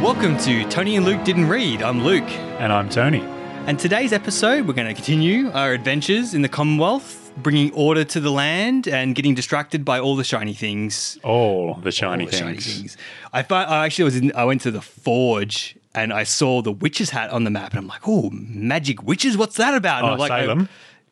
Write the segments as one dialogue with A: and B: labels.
A: Welcome to Tony and Luke Didn't Read. I'm Luke,
B: And I'm Tony.
A: and today's episode we're going to continue our adventures in the Commonwealth, bringing order to the land and getting distracted by all the shiny things.
B: All the shiny,
A: All the
B: things.
A: shiny things. I, fi- I actually was in, I went to the forge and I saw the witch's hat on the map, and I'm like, oh, magic witches, what's that about? And
B: Oh,
A: I'm like,
B: Salem?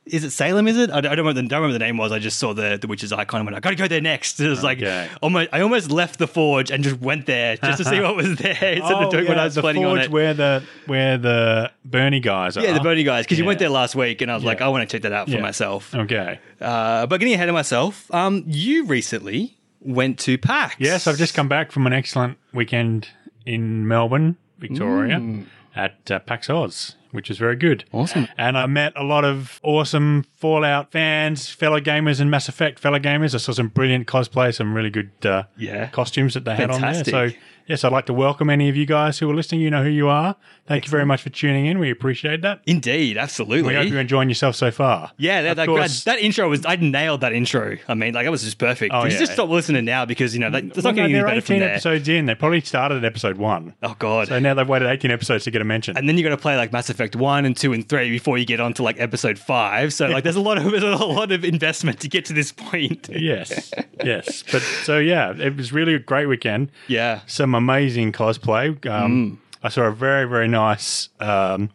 A: is it Salem? Is it? I don't, I don't remember the, don't remember the name was. I just saw the, the witch's icon and went, I gotta go there next. It was
B: Okay.
A: like almost, I almost left the forge and just went there just to see what was there instead of doing what I was
B: Oh, the
A: planning on
B: forge
A: it.
B: where the where the Bernie guys are.
A: Yeah, the Bernie guys, because you went
B: Um, Yeah.
A: there last week, and I was like,
B: Yeah.
A: I want to check that out for
B: Yeah.
A: myself.
B: Okay.
A: Uh, but getting ahead of myself, um, you recently went to PAX.
B: Yes, I've just come back from an excellent weekend in Melbourne, Victoria, at uh, PAX Oz, which is very good.
A: Mm. Awesome.
B: And I met a lot of awesome Fallout fans, fellow gamers, and Mass Effect fellow gamers. I saw some brilliant cosplay, some really good uh,
A: Yeah.
B: costumes that they
A: Fantastic.
B: had on there. So, yes, I'd like to welcome any of you guys who are listening. You know who you are. Thank you very much for tuning in. We appreciate that.
A: Indeed, absolutely.
B: Oh We hope you're enjoying yourself so far.
A: yeah, that,
B: Of
A: that,
B: course.
A: that intro was, I nailed that intro. I mean, like, that was just perfect.
B: Oh,
A: you
B: yeah.
A: just stop listening now because, you know, that, it's
B: Well,
A: not getting
B: no,
A: any
B: they're
A: better from
B: 18
A: there.
B: episodes in. They probably started at episode one.
A: Oh, God.
B: So now they've waited 18 episodes to get a mention.
A: and then you got to play like Mass Effect one and two and three before you get on to like episode five. So like, there's a lot of there's a lot of investment to get to this point.
B: yes, yes. But so yeah, it was really a great weekend.
A: Yeah.
B: some amazing cosplay. Um,
A: Mm.
B: I saw a very very nice um,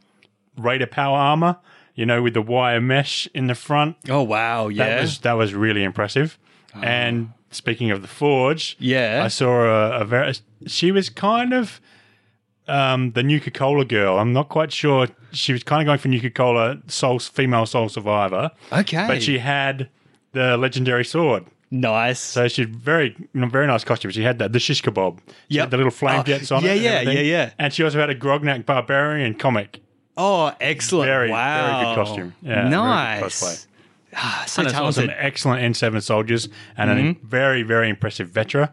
B: Raider power armor. You know, with the wire mesh in the front.
A: Oh wow. Yeah. Ah.
B: That was that was really impressive. And speaking of the forge,
A: Yeah.
B: I saw a, a very. She was kind of um, the Nuka Cola girl. I'm not quite sure. She was kind of going for Nuka Cola soul female soul survivor.
A: Okay.
B: but she had the legendary sword.
A: nice.
B: So she had very, you know, very nice costume. She had that the shish kebab. She
A: Yep.
B: had the little flame
A: Oh,
B: jets on
A: yeah,
B: it. and
A: yeah,
B: everything.
A: yeah, yeah.
B: And she also had a Grognak barbarian comic.
A: Oh, excellent!
B: Very,
A: wow,
B: very good costume. Yeah, very good
A: nice.
B: cosplay.
A: Ah, so
B: And I saw
A: talented. Mm-hmm.
B: some excellent N7 soldiers and a very, very impressive Vetra.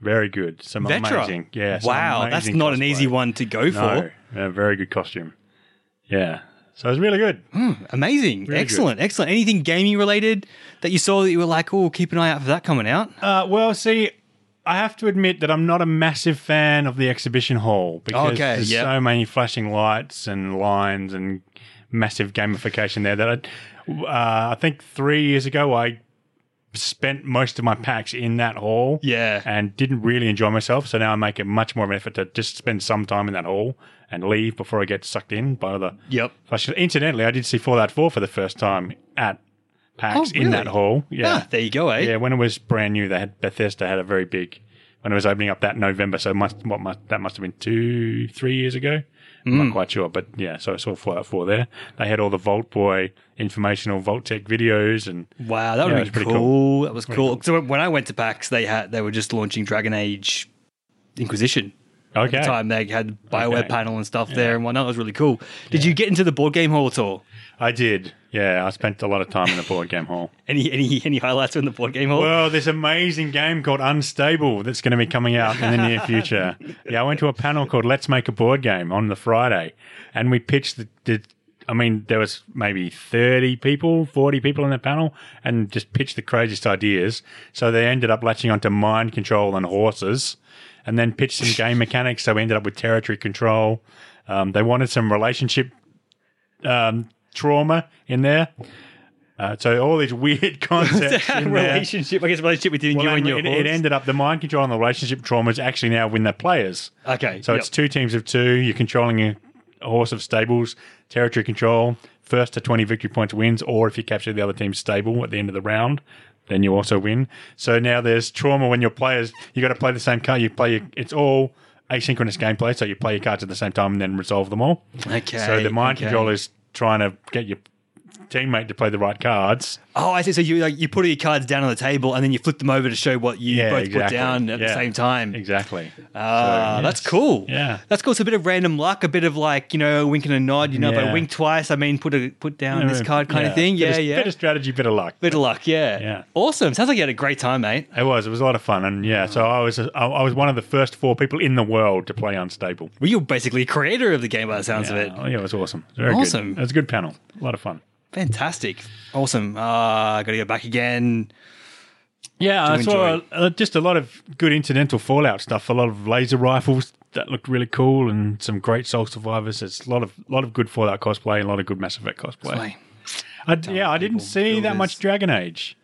B: Very good. Some
A: Vetra.
B: amazing. Yeah. some
A: wow, that's
B: amazing
A: not an
B: cosplay.
A: easy one to go
B: No,
A: for.
B: yeah, very good costume. Yeah. So it was really good.
A: Amazing,
B: good.
A: excellent, excellent. Anything gaming related that you saw that you were like, oh, keep an eye out for that coming out?
B: Uh, well, see, I have to admit that I'm not a massive fan of the exhibition hall because
A: Okay,
B: there's
A: yep.
B: so many flashing lights and lines and massive gamification there that I, uh, I think three years ago I spent most of my packs in that hall.
A: Yeah.
B: And didn't really enjoy myself. So now I make it much more of an effort to just spend some time in that hall and leave before I get sucked in by the
A: Yep.
B: flashes. Incidentally, I did see Fallout 4 for the first time at PAX
A: Oh, really?
B: in that hall. Yeah.
A: Ah, there you go, eh?
B: Yeah, when it was brand new, they had Bethesda had a very big when it was opening up that November. So must what must that must have been two, three years ago. I'm
A: Hmm.
B: not quite sure, but yeah. So I saw Fallout Four there. They had all the Vault Boy informational Vault Tech videos, and
A: Wow, that would
B: Yeah, it
A: have
B: was
A: been
B: pretty
A: cool.
B: cool.
A: That was cool. So when I went to PAX, they had they were just launching Dragon Age Inquisition.
B: okay,
A: At the time they had Bioware
B: Okay.
A: panel and stuff there and whatnot. It was really cool. Did you get into the board game hall at all?
B: I did. Yeah, I spent a lot of time in the board game hall.
A: Any any any highlights in the board game hall?
B: Well, this amazing game called Unstable that's going to be coming out in the near future. yeah, I went to a panel called Let's Make a Board Game on the Friday, and we pitched the. the I mean, there was maybe 30 people, 40 people in the panel, and just pitched the craziest ideas. So they ended up latching onto mind control and horses, and then pitched some game mechanics. So we ended up with territory control. Um, they wanted some relationship um, trauma in there. Uh, so all these weird concepts in there.
A: relationship, I guess, relationship between
B: Well,
A: you and
B: and
A: your
B: it,
A: horse.
B: it ended up the mind control and the relationship trauma is actually now when they're players.
A: Okay,
B: So
A: yep.
B: it's two teams of two. You're controlling a, a horse of stables, territory control. First to 20 victory points wins, or if you capture the other team's stable at the end of the round, then you also win. So now there's trauma when your players, you got to play the same card. You play, your, it's all asynchronous gameplay. So you play your cards at the same time and then resolve them all.
A: Okay,
B: So the mind
A: okay.
B: control is trying to get your teammate to play the right cards.
A: Oh, I see. So you like you put all your cards down on the table and then you flip them over to show what you
B: Yeah,
A: both put
B: exactly.
A: down at the
B: Yeah.
A: same time.
B: Exactly.
A: Ah,
B: So,
A: that's
B: yes.
A: cool.
B: Yeah.
A: that's cool. It's a bit of random luck, a bit of like you know, a wink and a nod. You know, if I
B: Yeah.
A: wink twice, I mean, put a put down this card kind of thing. Yeah,
B: Bit of,
A: yeah.
B: Bit of strategy, bit of luck.
A: Bit of luck, yeah.
B: Yeah.
A: Awesome. Sounds like you had a great time, mate.
B: It was. It was a lot of fun, and yeah. So I was. I, I was one of the first four people in the world to play Unstable.
A: Well, you're basically a creator of the game by the sounds
B: Yeah,
A: of it.
B: oh, yeah, it was awesome. It was Very
A: Awesome.
B: Good. It was a good panel. A lot of fun.
A: Fantastic. Awesome. Ah, got to go back again.
B: Yeah, I
A: you
B: saw uh, just a lot of good incidental Fallout stuff. A lot of laser rifles that looked really cool and some great Soul Survivors. It's a lot of lot of good Fallout cosplay, and a lot of good Mass Effect cosplay.
A: Play.
B: I, yeah, I didn't
A: people,
B: see that
A: builders.
B: much Dragon Age.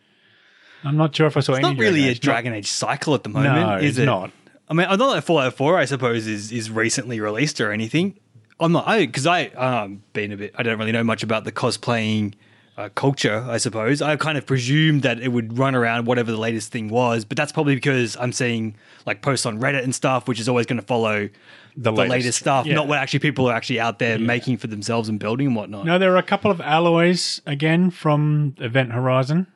B: I'm not sure if I saw
A: It's
B: any.
A: not really a
B: Age.
A: Dragon Age cycle at the moment,
B: No,
A: is
B: it's
A: it?
B: not.
A: I mean, I know that Fallout Four, I suppose, is is recently released or anything. I'm not, I because I um been a bit. I don't really know much about the cosplaying uh, culture. I suppose I kind of presumed that it would run around whatever the latest thing was, but that's probably because I'm seeing like posts on Reddit and stuff, which is always going to follow the, latest.
B: latest.
A: stuff,
B: Yeah.
A: not what actually people are actually out there making for themselves and building and whatnot.
B: No, there are a couple of alloys again from Event Horizon.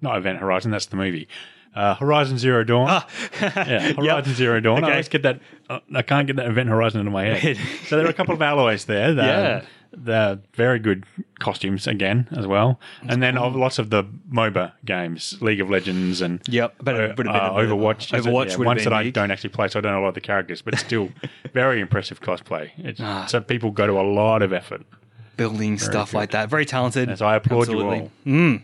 B: Not Event Horizon, that's the movie. Uh, Horizon Zero Dawn. yeah, Horizon Zero Dawn. I
A: Ah. Okay.
B: always get that. uh, I can't get that Event Horizon into my head. so there are a couple of alloys there. That,
A: Yeah.
B: They're very good costumes again as well, and then of lots of the MOBA games, League of Legends, and
A: Yep, but it would have been
B: uh,
A: a bit of a-
B: Overwatch. is it?
A: Overwatch would have
B: ones
A: been
B: that I
A: big.
B: don't actually play, so I don't know a lot of the characters, but still very impressive cosplay. It's,
A: Ah.
B: So people go to a lot of effort.
A: building stuff like that. Very talented.
B: So I applaud
A: Absolutely.
B: you all. Mm.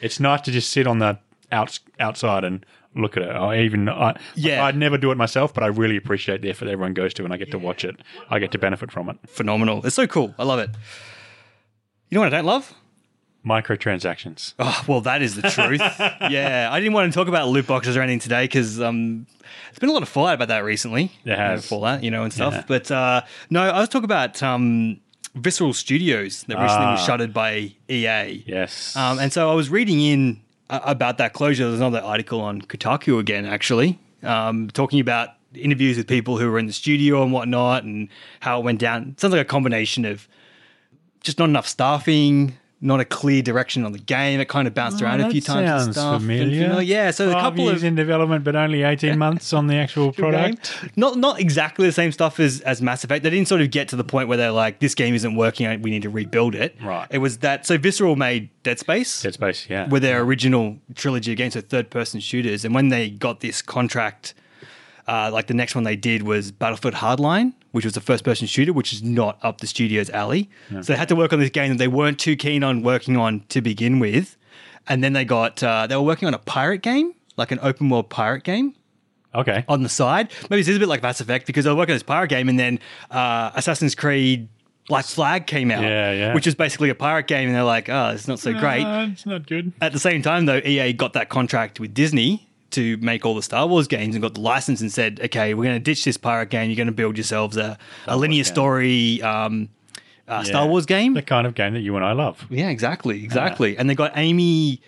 B: It's nice to just sit on the outs- outside and look at it. I even I,
A: Yeah.
B: I'd never do it myself, but I really appreciate the effort everyone goes to, and I get to watch it. I get to benefit from it.
A: Phenomenal. It's so cool. I love it. You know what I don't love?
B: Microtransactions.
A: Oh, well, that is the truth. yeah, I didn't want to talk about loot boxes or anything today because um, it's been a lot of fallout about that recently.
B: There has.
A: You know, fallout, you know, and stuff.
B: Yeah.
A: But uh, no, I was talking about um, Visceral Studios that recently was
B: Ah.
A: shuttered by E EA.
B: Yes.
A: Um, and so I was reading in uh, about that closure. There's another article on Kotaku again, actually, um, talking about interviews with people who were in the studio and whatnot and how it went down. It sounds like a combination of just not enough staffing, not a clear direction on the game. It kind of
B: Oh,
A: bounced around a few times. and stuff, and familiar. Yeah, so a
B: Five
A: couple
B: years
A: of
B: in development, but only eighteen months on the actual product.
A: game. Not not exactly the same stuff as as Mass Effect. They didn't sort of get to the point where they're like, this game isn't working. We need to rebuild it.
B: Right.
A: It was that. So Visceral made Dead Space
B: Dead Space. Yeah.
A: were their original trilogy against so third person shooters. And when they got this contract, uh, like the next one they did was Battlefield Hardline, which was a first person shooter, which is not up the studio's alley. So they had to work on this game that they weren't too keen on working on to begin with. And then they got, uh, they were working on a pirate game, like an open world pirate game
B: okay.
A: on the side. Maybe this is a bit like Mass Effect because I was working on this pirate game and then uh, Assassin's Creed Black Flag came out,
B: Yeah, yeah.
A: which is basically a pirate game. And they're like, oh, it's not so great.
B: Uh, it's not good.
A: At the same time, though, EA got that contract with Disney to make all the Star Wars games and got the license and said, okay, we're going to ditch this pirate game. You're going to build yourselves a, a linear
B: game.
A: story um, uh, Star
B: Yeah.
A: Wars game.
B: The kind of game that you and I love.
A: yeah, exactly, exactly. And they got Amy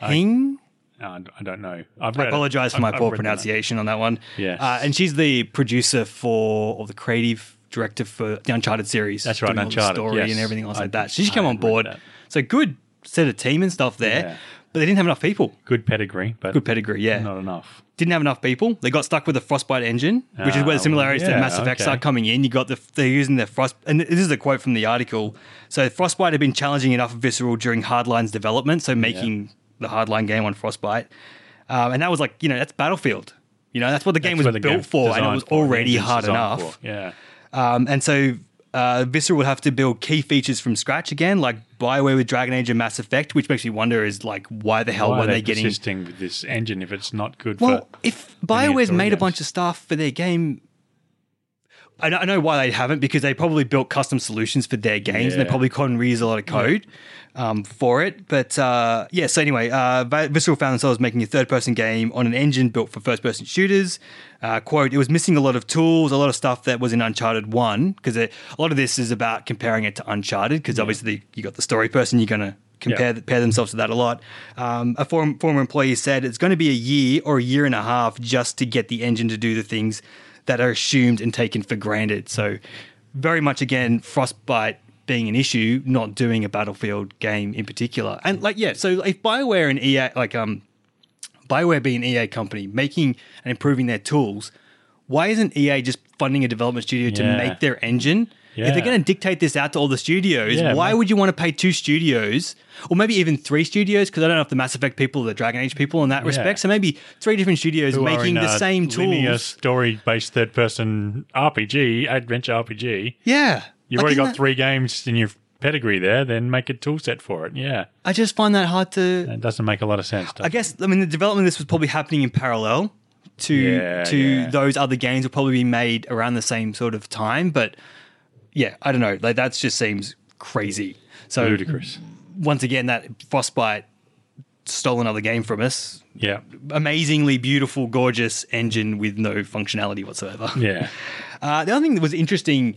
A: Hing.
B: Uh, I I don't know. I've
A: I
B: read it.
A: apologize for
B: I've-
A: my
B: I've
A: poor
B: read the name.
A: pronunciation on that one.
B: Yes.
A: Uh, and she's the producer for, or the creative director for the Uncharted series.
B: That's right,
A: doing all the
B: Uncharted,
A: story and
B: yes.
A: everything else
B: I-
A: like that. So she
B: I
A: came on
B: had read
A: board.
B: that.
A: So good set of team and stuff there,
B: Yeah.
A: but they didn't have enough people.
B: Good pedigree, but
A: Good pedigree, yeah.
B: not enough.
A: didn't have enough people. They got stuck with the Frostbite engine, which is
B: Ah,
A: where
B: well,
A: the similarities to
B: yeah,
A: Mass Effect
B: okay.
A: start coming in. You got the they're using their frost, and this is a quote from the article. So Frostbite had been challenging enough visceral during Hardline's development, so making the Hardline game on Frostbite, um, and that was like you know that's Battlefield. You know that's what the game was
B: That's where the
A: built
B: game's
A: for, and it
B: designed
A: was
B: for,
A: already
B: engine's
A: hard
B: designed
A: enough.
B: for. Yeah.
A: Um, and so uh, Visceral would have to build key features from scratch again, like Bioware with Dragon Age and Mass Effect, which makes me wonder is like why the hell
B: Why
A: were
B: are they
A: they Oh, getting
B: persisting with this engine if it's not good
A: Well,
B: for?
A: if
B: many
A: BioWare's
B: authority
A: made a
B: games.
A: bunch of stuff for their game, I know, I know why they haven't because they probably built custom solutions for their games and they
B: Yeah.
A: probably couldn't reuse a lot of code um, for it. But uh, yeah, so anyway, uh, Vi- Visceral found themselves making a third person game on an engine built for first person shooters. Uh, quote, it was missing a lot of tools, a lot of stuff that was in Uncharted 1 because a lot of this is about comparing it to Uncharted because obviously you got the story person, you're going to compare
B: Yeah.
A: th- compare themselves to that a lot. Um, a form, former employee said it's going to be a year or a year and a half just to get the engine to do the things that are assumed and taken for granted. So, very much again, frostbite being an issue, not doing a battlefield game in particular. And like, yeah, so if Bioware and EA, like, um, Bioware being an EA company, making and improving their tools, why isn't EA just funding a development studio to
B: Yeah.
A: make their engine? If
B: Yeah.
A: they're going to dictate this out to all the studios,
B: Yeah,
A: why
B: make-
A: would you want to pay two studios or maybe even three studios? Because I don't know if the Mass Effect people or the Dragon Age people in that respect. So maybe three different studios
B: Who are
A: making
B: in uh,
A: the
B: a
A: same
B: linear
A: tools.
B: story-based third-person RPG, adventure RPG.
A: Yeah.
B: You've
A: Like,
B: already
A: isn't
B: got
A: that-
B: three games in your pedigree there. Then make a tool set for it. Yeah,
A: I just find that hard to.
B: it doesn't make a lot of sense. Does
A: I
B: it?
A: guess, I mean, the development of this was probably happening in parallel to
B: Yeah,
A: to
B: yeah.
A: those other games will probably be made around the same sort of time. But yeah, I don't know. Like that just seems crazy. So
B: Ludicrous.
A: once again, that Frostbite stole another game from us.
B: Yeah.
A: Amazingly beautiful, gorgeous engine with no functionality whatsoever.
B: Yeah.
A: Uh, the other thing that was interesting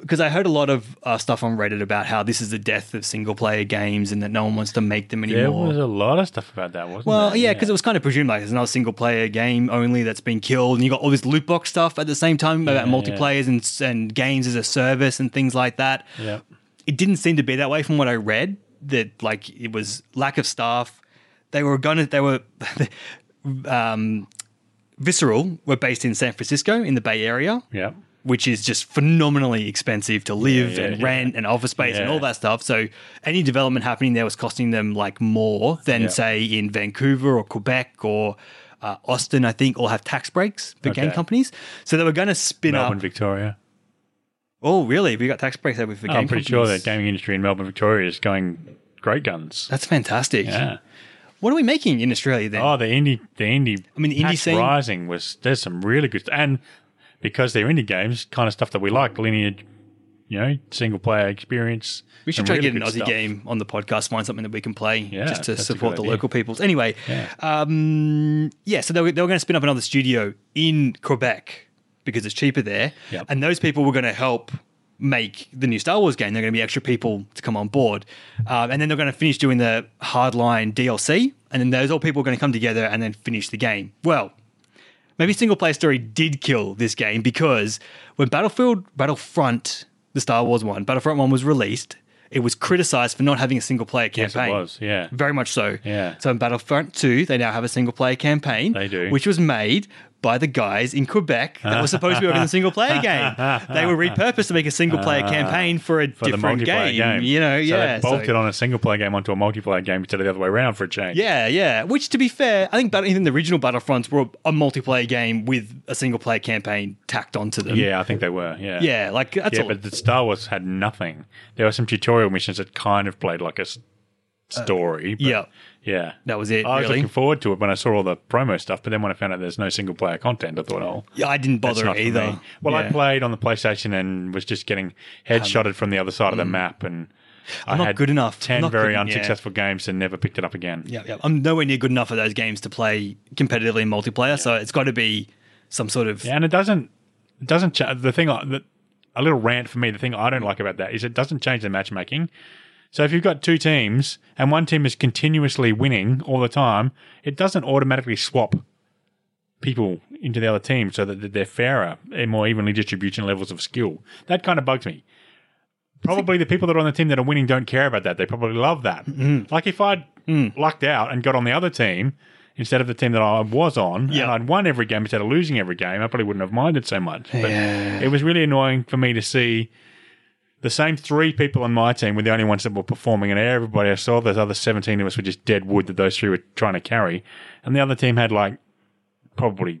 A: because I heard a lot of uh, stuff on Reddit about how this is the death of single player games and that no one wants to make them
B: There
A: anymore.
B: was a lot of stuff about that, wasn't
A: well,
B: there?
A: yeah, because it was kind of presumed like there's another single player game only that's been killed, and you got all this loot box stuff at the same time about
B: Yeah,
A: multiplayers and and games as a service and things like that.
B: Yeah.
A: It didn't seem to be that way from what I read. That like it was lack of staff. They were gonna. They were. um, Visceral were based in San Francisco in the Bay Area
B: Yeah.
A: which is just phenomenally expensive to live
B: yeah,
A: and
B: yeah.
A: rent and office space and
B: Yeah.
A: all that stuff. So any development happening there was costing them like more than
B: Yeah.
A: say in Vancouver or Quebec or uh, Austin. I think all have tax breaks for game
B: Okay.
A: companies. So they were going to spin
B: Melbourne,
A: up.
B: Victoria.
A: oh, really? We got tax breaks over for game.
B: Oh, I'm pretty
A: companies.
B: sure that gaming industry in Melbourne, Victoria is going great guns.
A: That's fantastic.
B: Yeah.
A: What are we making in Australia then?
B: Oh, the indie, the indie.
A: I mean, the indie
B: Pax
A: scene-
B: Rising was there's some really good, and because they're indie games, kind of stuff that we like, linear, you know, single player experience.
A: we should
B: some
A: try to
B: really
A: get an
B: good
A: Aussie
B: stuff.
A: game on the podcast, find something that we can play
B: Yeah,
A: just to
B: that's a
A: support
B: good
A: the
B: idea.
A: local peoples. Anyway,
B: Yeah.
A: Um, yeah, so they were, they were going to spin up another studio in Quebec because it's cheaper there.
B: Yep.
A: And those people were going to help make the new Star Wars game. They're going to be extra people to come on board. Um, and then they're going to finish doing the hardline DLC. And then those all people are going to come together and then finish the game. Well, maybe single player story did kill this game because when Battlefield Battlefront, the Star Wars one, Battlefront one was released, it was criticized for not having a single player
B: Yes,
A: campaign.
B: it was. Yeah.
A: Very much so.
B: Yeah.
A: So in Battlefront 2, they now have a single player campaign.
B: They do.
A: Which was made by the guys in Quebec that were supposed to be working on a single player game. They were repurposed to make a single player campaign for a
B: Uh, For the
A: different
B: multiplayer
A: game,
B: game,
A: You know,
B: So
A: yeah.
B: they bolted
A: so-
B: on a single player game onto a multiplayer game instead of the other way around for a change.
A: yeah, yeah. Which, to be fair, I think Battle- even the original Battlefronts were a multiplayer game with a single player campaign tacked onto them.
B: Yeah, I think they were. Yeah.
A: Yeah, like that's
B: Yeah,
A: all.
B: but the Star Wars had nothing. There were some tutorial missions that kind of played like a s- story. but
A: Uh, yeah.
B: Yeah.
A: That was it,
B: I was
A: really.
B: looking forward to it when I saw all the promo stuff, but then when I found out there's no single player content, I thought, oh,
A: Yeah, I didn't
B: that's
A: bother
B: not for
A: either.
B: me. Well, I
A: Yeah. Um,
B: played on the PlayStation and was just getting headshotted from the other side of the map, and i
A: mm. I'm not
B: had
A: good enough. I'm
B: 10
A: not
B: very
A: good- yeah.
B: unsuccessful games and never picked it up again.
A: Yeah, yeah. I'm nowhere near good enough for those games to play competitively in multiplayer, so it's got to be some sort of
B: Yeah, and it doesn't it doesn't cha- the thing I- the, a little rant for me the thing I don't like about that is it doesn't change the matchmaking. So if you've got two teams and one team is continuously winning all the time, it doesn't automatically swap people into the other team so that they're fairer and more evenly distribution levels of skill. That kind of bugs me. Probably the people that are on the team that are winning don't care about that. They probably love that.
A: Mm.
B: Like if I'd lucked out and got on the other team instead of the team that I was on,
A: Yeah.
B: and I'd won every game instead of losing every game, I probably wouldn't have minded so much. But
A: Yeah.
B: it was really annoying for me to see the same three people on my team were the only ones that were performing, and everybody I saw, those other 17 of us were just dead wood that those three were trying to carry. And the other team had like probably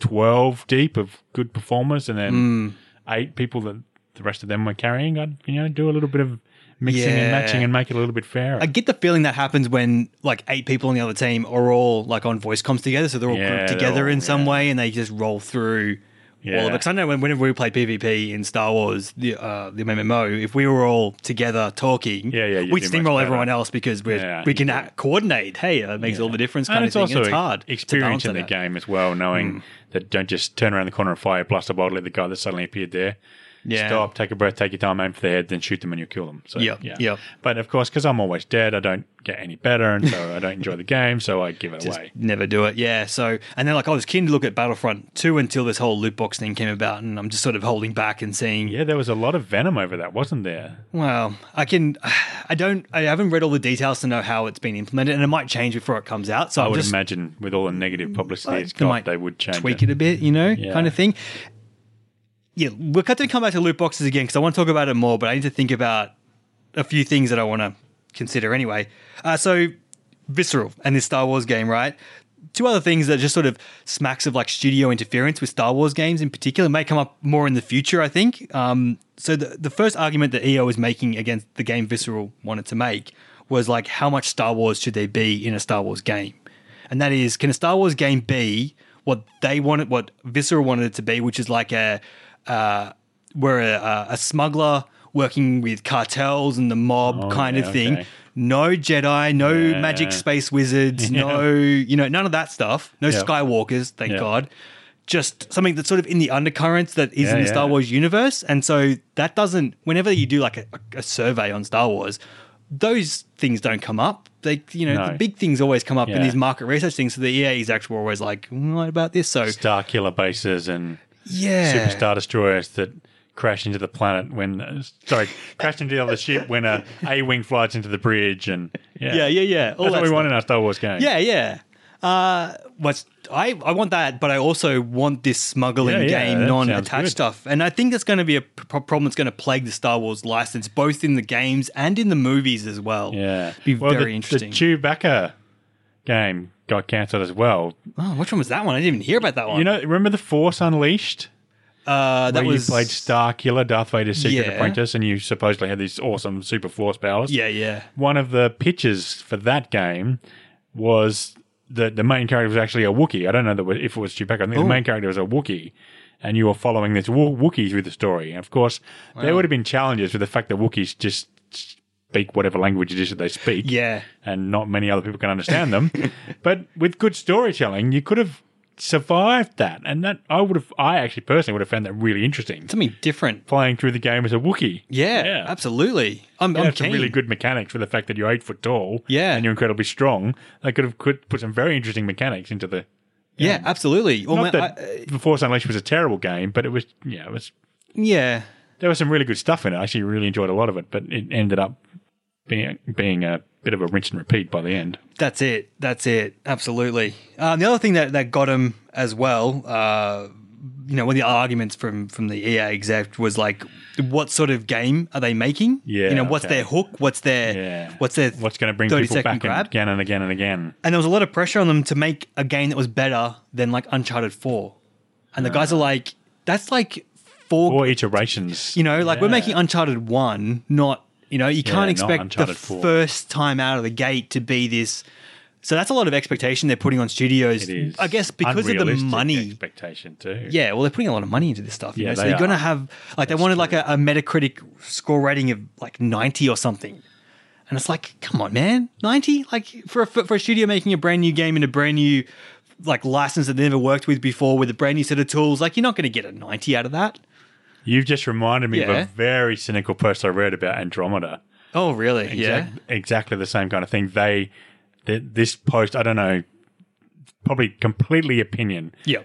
B: 12 deep of good performers and then
A: Hmm.
B: eight people that the rest of them were carrying i'd you know do a little bit of mixing
A: Yeah.
B: and matching and make it a little bit fairer
A: I get the feeling that happens when like eight people on the other team are all like on voice comms together, so they're all
B: Yeah,
A: grouped
B: they're
A: together
B: all-
A: in some
B: yeah.
A: way, and they just roll through all of it.
B: Yeah.
A: Because I know when, whenever we played PvP in Star Wars, the uh, the MMO, if we were all together talking,
B: Yeah, yeah, you
A: we'd
B: do much
A: steamroll
B: better.
A: everyone else because we
B: Yeah,
A: are we
B: you
A: can
B: do.
A: uh, coordinate. Hey, it makes all the difference, kind of
B: and it's
A: thing.
B: also
A: and it's hard to
B: experience
A: balance Hmm.
B: in the
A: that.
B: game as well knowing that don't just turn around the corner and fire blast a bolt let the guy that suddenly appeared there
A: Yeah.
B: stop take a breath take your time aim for their head then shoot them and you'll kill them so
A: Yeah, yeah.
B: but of course because i'm always dead i don't get any better and so i don't enjoy the game so i give it
A: just
B: away
A: never do it. Yeah. So, and then like I was keen to look at Battlefront 2 until this whole loot box thing came about, and I'm just sort of holding back and seeing,
B: yeah there was a lot of venom over that wasn't there
A: well, I can, I don't, I haven't read all the details to know how it's been implemented, and it might change before it comes out. So
B: i
A: I'm
B: would
A: just Mm,
B: imagine with all the negative publicity it's
A: they
B: got,
A: might
B: they would change
A: tweak it a bit, you know,
B: Yeah.
A: kind of thing. Yeah, we're going to come back to loot boxes again because I want to talk about it more, but I need to think about a few things that I want to consider anyway. Uh, so, Visceral and this Star Wars game, right? Two other things that just sort of smacks of like studio interference with Star Wars games in particular may come up more in the future, I think. Um, so, the, the first argument that EO was making against the game Visceral wanted to make was like, how much Star Wars should there be in a Star Wars game? And that is, can a Star Wars game be what they wanted, what Viscera wanted it to be, which is like a uh, we're a, a- a smuggler working with cartels and the mob
B: Oh,
A: kind
B: yeah,
A: of thing.
B: okay.
A: No Jedi, no
B: Yeah.
A: magic space wizards, no you know none of that stuff. No
B: Yeah.
A: Skywalkers, thank
B: Yeah.
A: God. Just something that's sort of in the undercurrents that is
B: Yeah,
A: in the Star
B: yeah.
A: Wars universe, and so that doesn't. Whenever you do like a, a survey on Star Wars, those things don't come up. They, you know,
B: No.
A: the big things always come up in
B: Yeah.
A: these market research things. So the EA's actually always like, "Mm, what about this? So
B: Star killer bases and
A: yeah,
B: superstar destroyers that crash into the planet when uh, sorry crash into the other ship when a A wing flies into the bridge and yeah
A: yeah, yeah, yeah. All
B: That's what
A: that
B: we
A: stuff.
B: want in our Star Wars game.
A: Yeah, yeah. Uh, what's I, I want that, but I also want this smuggling
B: Yeah, yeah, that
A: game,
B: sounds good.
A: non-attached stuff, and I think that's going to be a p- problem that's going to plague the Star Wars license, both in the games and in the movies as well.
B: yeah.
A: be
B: Well,
A: very
B: the,
A: interesting.
B: The Chewbacca game got cancelled as well.
A: oh, which one was that one? I didn't even hear about that one.
B: You know, remember the Force Unleashed?
A: uh, that
B: where
A: was
B: you played Star Killer, Darth Vader's secret
A: Yeah.
B: apprentice, and you supposedly had these awesome super force powers.
A: Yeah, yeah.
B: One of the pitches for that game was that the main character was actually a Wookiee. I don't know that we- if it was Chewbacca. I think the main character was a Wookiee, and you were following this Wo- Wookiee through the story. And of course, there would have been challenges with the fact that Wookiees just speak whatever language it is that they speak
A: Yeah.
B: and not many other people can understand them. but with good storytelling, you could have survived that, and that I would have. I actually personally would have found that really interesting.
A: Something different.
B: Playing through the game as a Wookiee.
A: Yeah,
B: Yeah.
A: absolutely. I'm, I'm
B: That's
A: keen.
B: some really good mechanics for the fact that you're eight foot tall,
A: Yeah.
B: and you're incredibly strong. They could have could put some very interesting mechanics into the.
A: Yeah, absolutely. Well, man,
B: Not that
A: I-
B: The Force Unleashed was a terrible game, but it was yeah, it was
A: yeah,
B: there was some really good stuff in it. I actually really enjoyed a lot of it, but it ended up being being a bit of a rinse and repeat by the end.
A: that's it. That's it. Absolutely. Um, the other thing that, that got him as well, uh, you know, one of the arguments from from the EA exec was like, what sort of game are they making?
B: Yeah,
A: You know, what's
B: okay.
A: their hook? What's their
B: Yeah.
A: what's their
B: What's going to bring
A: 30
B: people
A: second
B: back
A: grab?
B: and again and again and again?
A: and there was a lot of pressure on them to make a game that was better than like Uncharted Four, and the guys are like, that's like four
B: Or iterations.
A: You know, like we're
B: Yeah.
A: making Uncharted one, not you know, you
B: not
A: can't expect the
B: Uncharted 4.
A: first time out of the gate to be this. So that's a lot of expectation they're putting on studios.
B: It is.
A: I guess because of the
B: Unrealistic
A: money.
B: expectation too.
A: Yeah, well, they're putting a lot of money into this stuff. You
B: Yeah,
A: know? So
B: they
A: you're going
B: are.
A: to have like they wanted like a, a Metacritic score rating of like 90 or something. And it's like, come on, man, 90? Like for a, for a studio making a brand new game in a brand new like license that they never worked with before with a brand new set of tools, like you're not going to get a 90 out of that.
B: You've just reminded me of
A: Yeah.
B: a very cynical post I read about Andromeda.
A: Oh, really? Yeah.
B: Exact- exactly the same kind of thing. They, th- this post, I don't know, probably completely opinion
A: Yeah.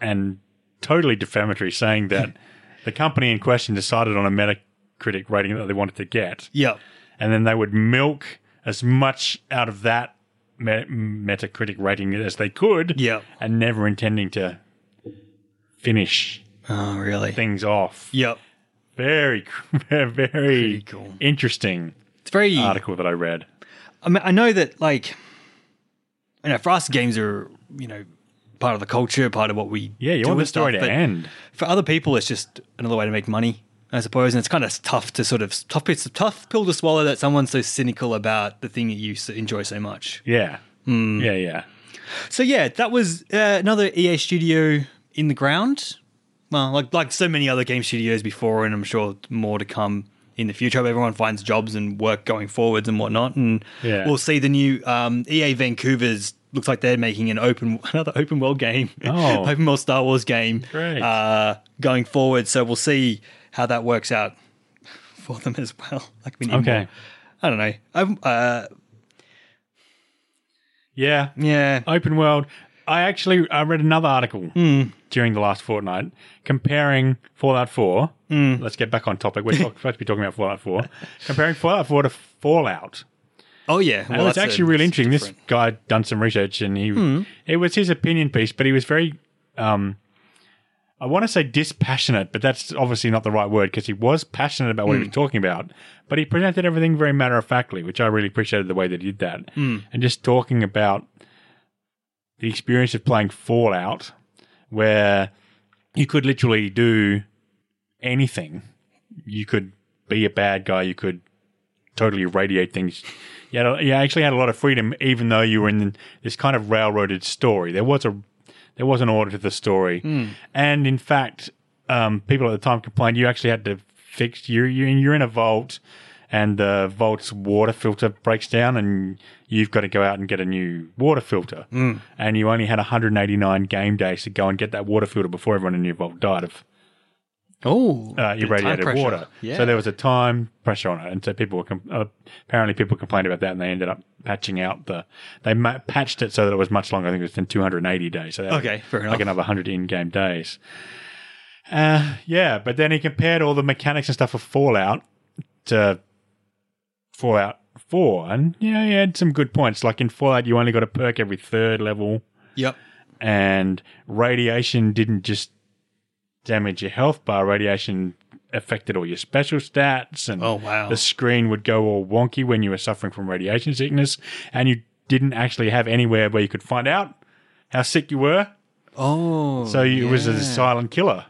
B: and totally defamatory, saying that the company in question decided on a Metacritic rating that they wanted to get.
A: Yeah.
B: and then they would milk as much out of that me- Metacritic rating as they could,
A: Yep.
B: and never intending to finish
A: Oh, really?
B: things off.
A: Yep.
B: Very, very
A: cool.
B: interesting
A: It's very.
B: article that I read.
A: I mean, I know that like, you know, for us, games are you know part of the culture, part of what we
B: Yeah, you
A: do
B: want the
A: and
B: story
A: stuff,
B: to
A: but
B: end.
A: For other people, it's just another way to make money, I suppose, and it's kind of tough to sort of tough. It's a tough pill to swallow that someone's so cynical about the thing that you so- enjoy so much.
B: Yeah, yeah, yeah.
A: So yeah, that was uh, another EA studio in the ground. Well, like like so many other game studios before, and I'm sure more to come in the future. Hope everyone finds jobs and work going forwards and whatnot. And
B: Yeah.
A: we'll see the new um, EA Vancouver's looks like they're making an open another open world game,
B: Oh.
A: open world Star Wars game
B: Great.
A: Uh, going forward. So we'll see how that works out for them as well. Like we need
B: Okay.
A: more. I don't know. I'm, uh,
B: Yeah,
A: yeah.
B: open world. I actually I read another article during the last fortnight comparing Fallout 4. Let's get back on topic. We're talk- supposed to be talking about Fallout 4. Comparing Fallout 4 to Fallout.
A: Oh yeah.
B: And it's
A: that's a-
B: actually really
A: that's
B: interesting.
A: different.
B: This guy done some research and he it was his opinion piece, but he was very um I want to say dispassionate, but that's obviously not the right word because he was passionate about what
A: Hmm.
B: he was talking about. But he presented everything very matter of factly, which I really appreciated the way they did that.
A: Hmm.
B: And just talking about the experience of playing Fallout, where you could literally do anything. You could be a bad guy. You could totally radiate things. You, had a, you actually had a lot of freedom, even though you were in this kind of railroaded story. There was a There was an order to the story, and in fact, um, people at the time complained you actually had to fix you. you you're in a vault, and the vault's water filter breaks down, and you've got to go out and get a new water filter. Mm. And you only had 189 game days to go and get that water filter before everyone in your vault died of
A: Oh,
B: uh, irradiated water.
A: Yeah.
B: So there was a time pressure on it, and so people were com- uh, apparently people complained about that, and they ended up patching out the they ma- patched it so that it was much longer. I think it was than 280 days. So that was
A: Okay, fair enough.
B: like another 100 in-game days. Uh, yeah, but then he compared all the mechanics and stuff of Fallout to Fallout Four, and yeah, he had some good points. Like in Fallout, you only got a perk every third level
A: Yep.
B: and radiation didn't just damage your health bar. Radiation affected all your special stats, and
A: Oh, wow.
B: the screen would go all wonky when you were suffering from radiation sickness, and you didn't actually have anywhere where you could find out how sick you were.
A: Oh,
B: So you, it was a
A: yeah.
B: silent killer.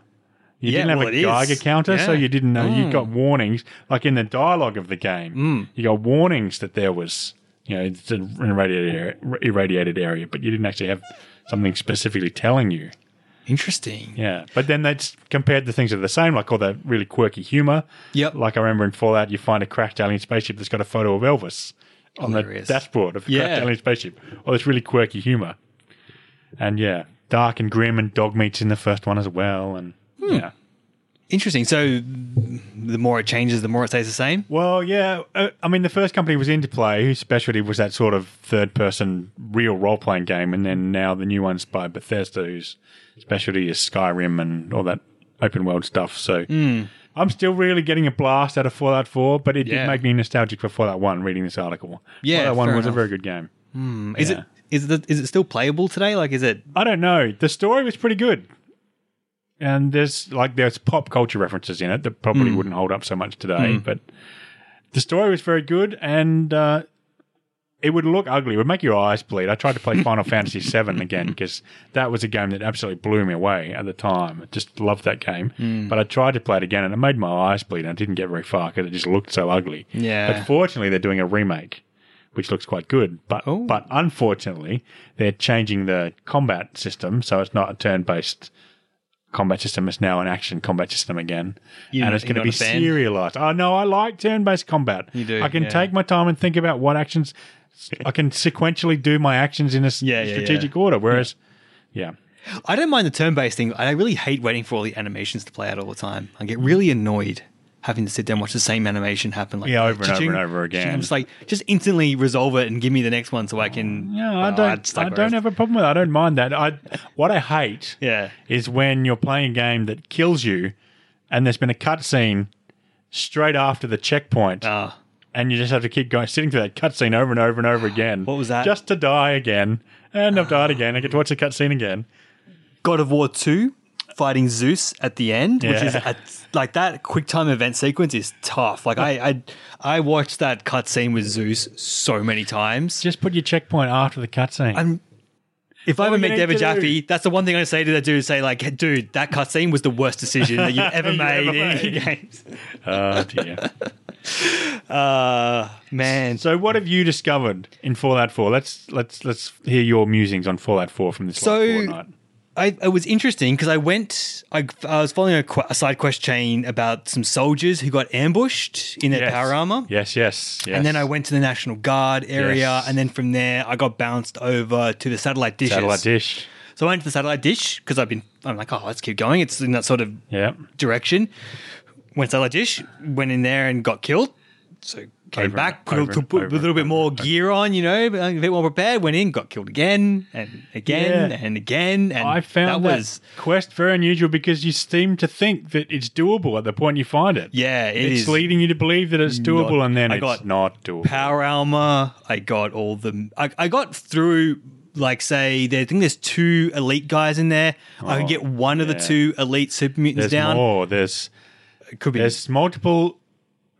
B: You
A: Yeah,
B: didn't have
A: well,
B: a
A: it
B: Geiger
A: is.
B: counter, so
A: Yeah. Mm.
B: you didn't know. You got warnings, like in the dialogue of the game, you got warnings that there was, you know, it's an irradiated area, irradiated area, but you didn't actually have something specifically telling you.
A: interesting.
B: Yeah, but then that's compared to things that are the same, like all that really quirky humor.
A: Yep.
B: Like I remember in Fallout, you find a cracked alien spaceship that's got a photo of Elvis on
A: Hilarious.
B: the dashboard of the
A: Yeah.
B: cracked alien spaceship. All this really quirky humor, and yeah, dark and grim and dog meat's in the first one as well, and
A: Hmm.
B: yeah.
A: Interesting. So the more it changes, the more it stays the same.
B: Well, yeah. Uh, I mean, the first company was Interplay, whose specialty was that sort of third person real role playing game. And then now the new one's by Bethesda, whose specialty is Skyrim and all that open world stuff. So
A: Hmm.
B: I'm still really getting a blast out of Fallout 4, but it
A: Yeah.
B: did make me nostalgic for Fallout 1 reading this article.
A: Yeah,
B: Fallout 1
A: fair
B: was a
A: enough.
B: very good game.
A: Hmm. Is
B: Yeah.
A: it? Is it, is it still playable today? Like, is it?
B: I don't know. The story was pretty good. And there's like there's pop culture references in it that probably wouldn't hold up so much today, but the story was very good and uh, it would look ugly. It would make your eyes bleed. I tried to play Final Fantasy VII again because that was a game that absolutely blew me away at the time. I just loved that game. But I tried to play it again and it made my eyes bleed and I didn't get very far because it just looked so ugly.
A: Yeah.
B: But fortunately, they're doing a remake which looks quite good. But
A: Oh.
B: but unfortunately, they're changing the combat system, so it's not a turn-based combat system. It's now an action combat system again,
A: You-
B: and it's
A: you're
B: going to
A: not
B: be
A: a fan?
B: serialized. Oh no, I like turn-based combat.
A: You do,
B: I can
A: yeah.
B: take my time and think about what actions I can sequentially do my actions in a s-
A: Yeah, yeah,
B: strategic order. Whereas, yeah.
A: I don't mind the turn-based thing. I really hate waiting for all the animations to play out all the time. I get really annoyed having to sit down and watch the same animation happen. Like
B: Yeah, over and over
A: cha-ching,
B: and over
A: cha-ching.
B: again.
A: I'm just like, just instantly resolve it and give me the next one so I can.
B: Yeah, I
A: Oh,
B: don't.
A: just
B: I
A: like
B: don't
A: whereas-
B: have a problem with. That. I don't mind that. I what I hate
A: Yeah.
B: is when you're playing a game that kills you, and there's been a cutscene straight after the checkpoint,
A: Ah.
B: and you just have to keep going, sitting through that cutscene over and over and over again.
A: What was that? Ah.
B: Just to die again, and I've died again. I get to watch the cutscene again.
A: God of War 2 fighting Zeus at the end, which is
B: Yeah.
A: a, like that quick time event sequence is tough. Like I I, I watched that cutscene with Zeus so many times.
B: Just put your checkpoint after the cutscene.
A: I'm if I
B: What
A: ever
B: do you
A: meet
B: need
A: David
B: to do?
A: Jaffe, that's the one thing I say to that dude say like, dude, that cutscene was the worst decision that you've ever
B: You
A: made
B: ever
A: in
B: made.
A: your games.
B: oh dear.
A: Uh man.
B: so, what have you discovered in Fallout Four? Let's let's let's hear your musings on Fallout Four from this
A: So-
B: last fortnight.
A: I, it was interesting because I went, I, I was following a, qu- a side quest chain about some soldiers who got ambushed in their
B: Yes.
A: power armor.
B: Yes, yes, yes.
A: And then I went to the National Guard area,
B: Yes.
A: and then from there I got bounced over to the satellite dishes.
B: satellite dish.
A: So I went to the satellite dish because I've been. I'm like, oh, let's keep going. It's in that sort of
B: Yeah.
A: direction. Went satellite dish, went in there and got killed. So came
B: Over
A: back,
B: and
A: put,
B: over
A: put,
B: and
A: put
B: over
A: a little
B: and
A: bit
B: over
A: more
B: and over.
A: gear on, you know, a bit more prepared. Went in, got killed again and again
B: Yeah.
A: and again. And
B: I found
A: that
B: that,
A: was
B: quest very unusual because you seem to think that it's doable at the point you find it.
A: yeah, it
B: it's
A: is
B: leading you to believe that it's doable,
A: not-
B: and then
A: I
B: it's
A: got
B: not doable.
A: Power Alma. I got all the. I, I got through, like, say, there, I think there's two elite guys in there. I
B: Oh,
A: could get one of the
B: yeah.
A: two elite super mutants
B: there's
A: down.
B: more. There's
A: It could be.
B: there's multiple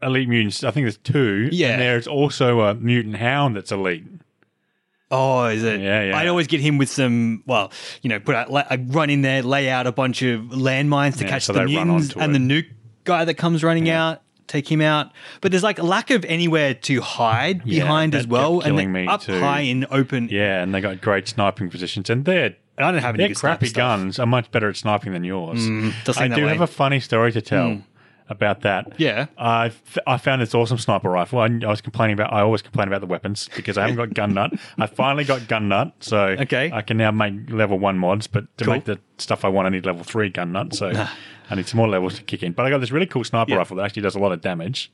B: elite mutants. I think there's two.
A: Yeah.
B: and there's also a mutant hound that's elite.
A: Oh, is it?
B: Yeah, yeah.
A: I'd always get him with some, well, you know, put out, I run in there, lay out a bunch of landmines to
B: Yeah,
A: catch
B: so they
A: the
B: run
A: mutants
B: onto
A: and
B: it.
A: the nuke guy that comes running out. Take him out, but there's like a lack of anywhere to hide
B: Yeah,
A: behind
B: that
A: as
B: kept
A: well, and
B: killing
A: they're
B: me
A: up
B: too.
A: high in open
B: Yeah, and they got great sniping positions, and they're
A: And I don't have any
B: Their
A: good sniper
B: crappy
A: stuff.
B: guns are much better at sniping than yours.
A: does
B: I
A: seem that
B: do
A: way. Mm.
B: have a funny story to tell about that.
A: Yeah.
B: I f- I found this awesome sniper rifle. I, I was complaining about. I always complain about the weapons because I haven't got gun nut. I finally got gun nut, so
A: Okay.
B: I can now make level one mods. But to
A: Cool.
B: make the stuff I want, I need level three gun nut. So I need some more levels to kick in. But I got this really cool sniper
A: Yeah.
B: rifle that actually does a lot of damage,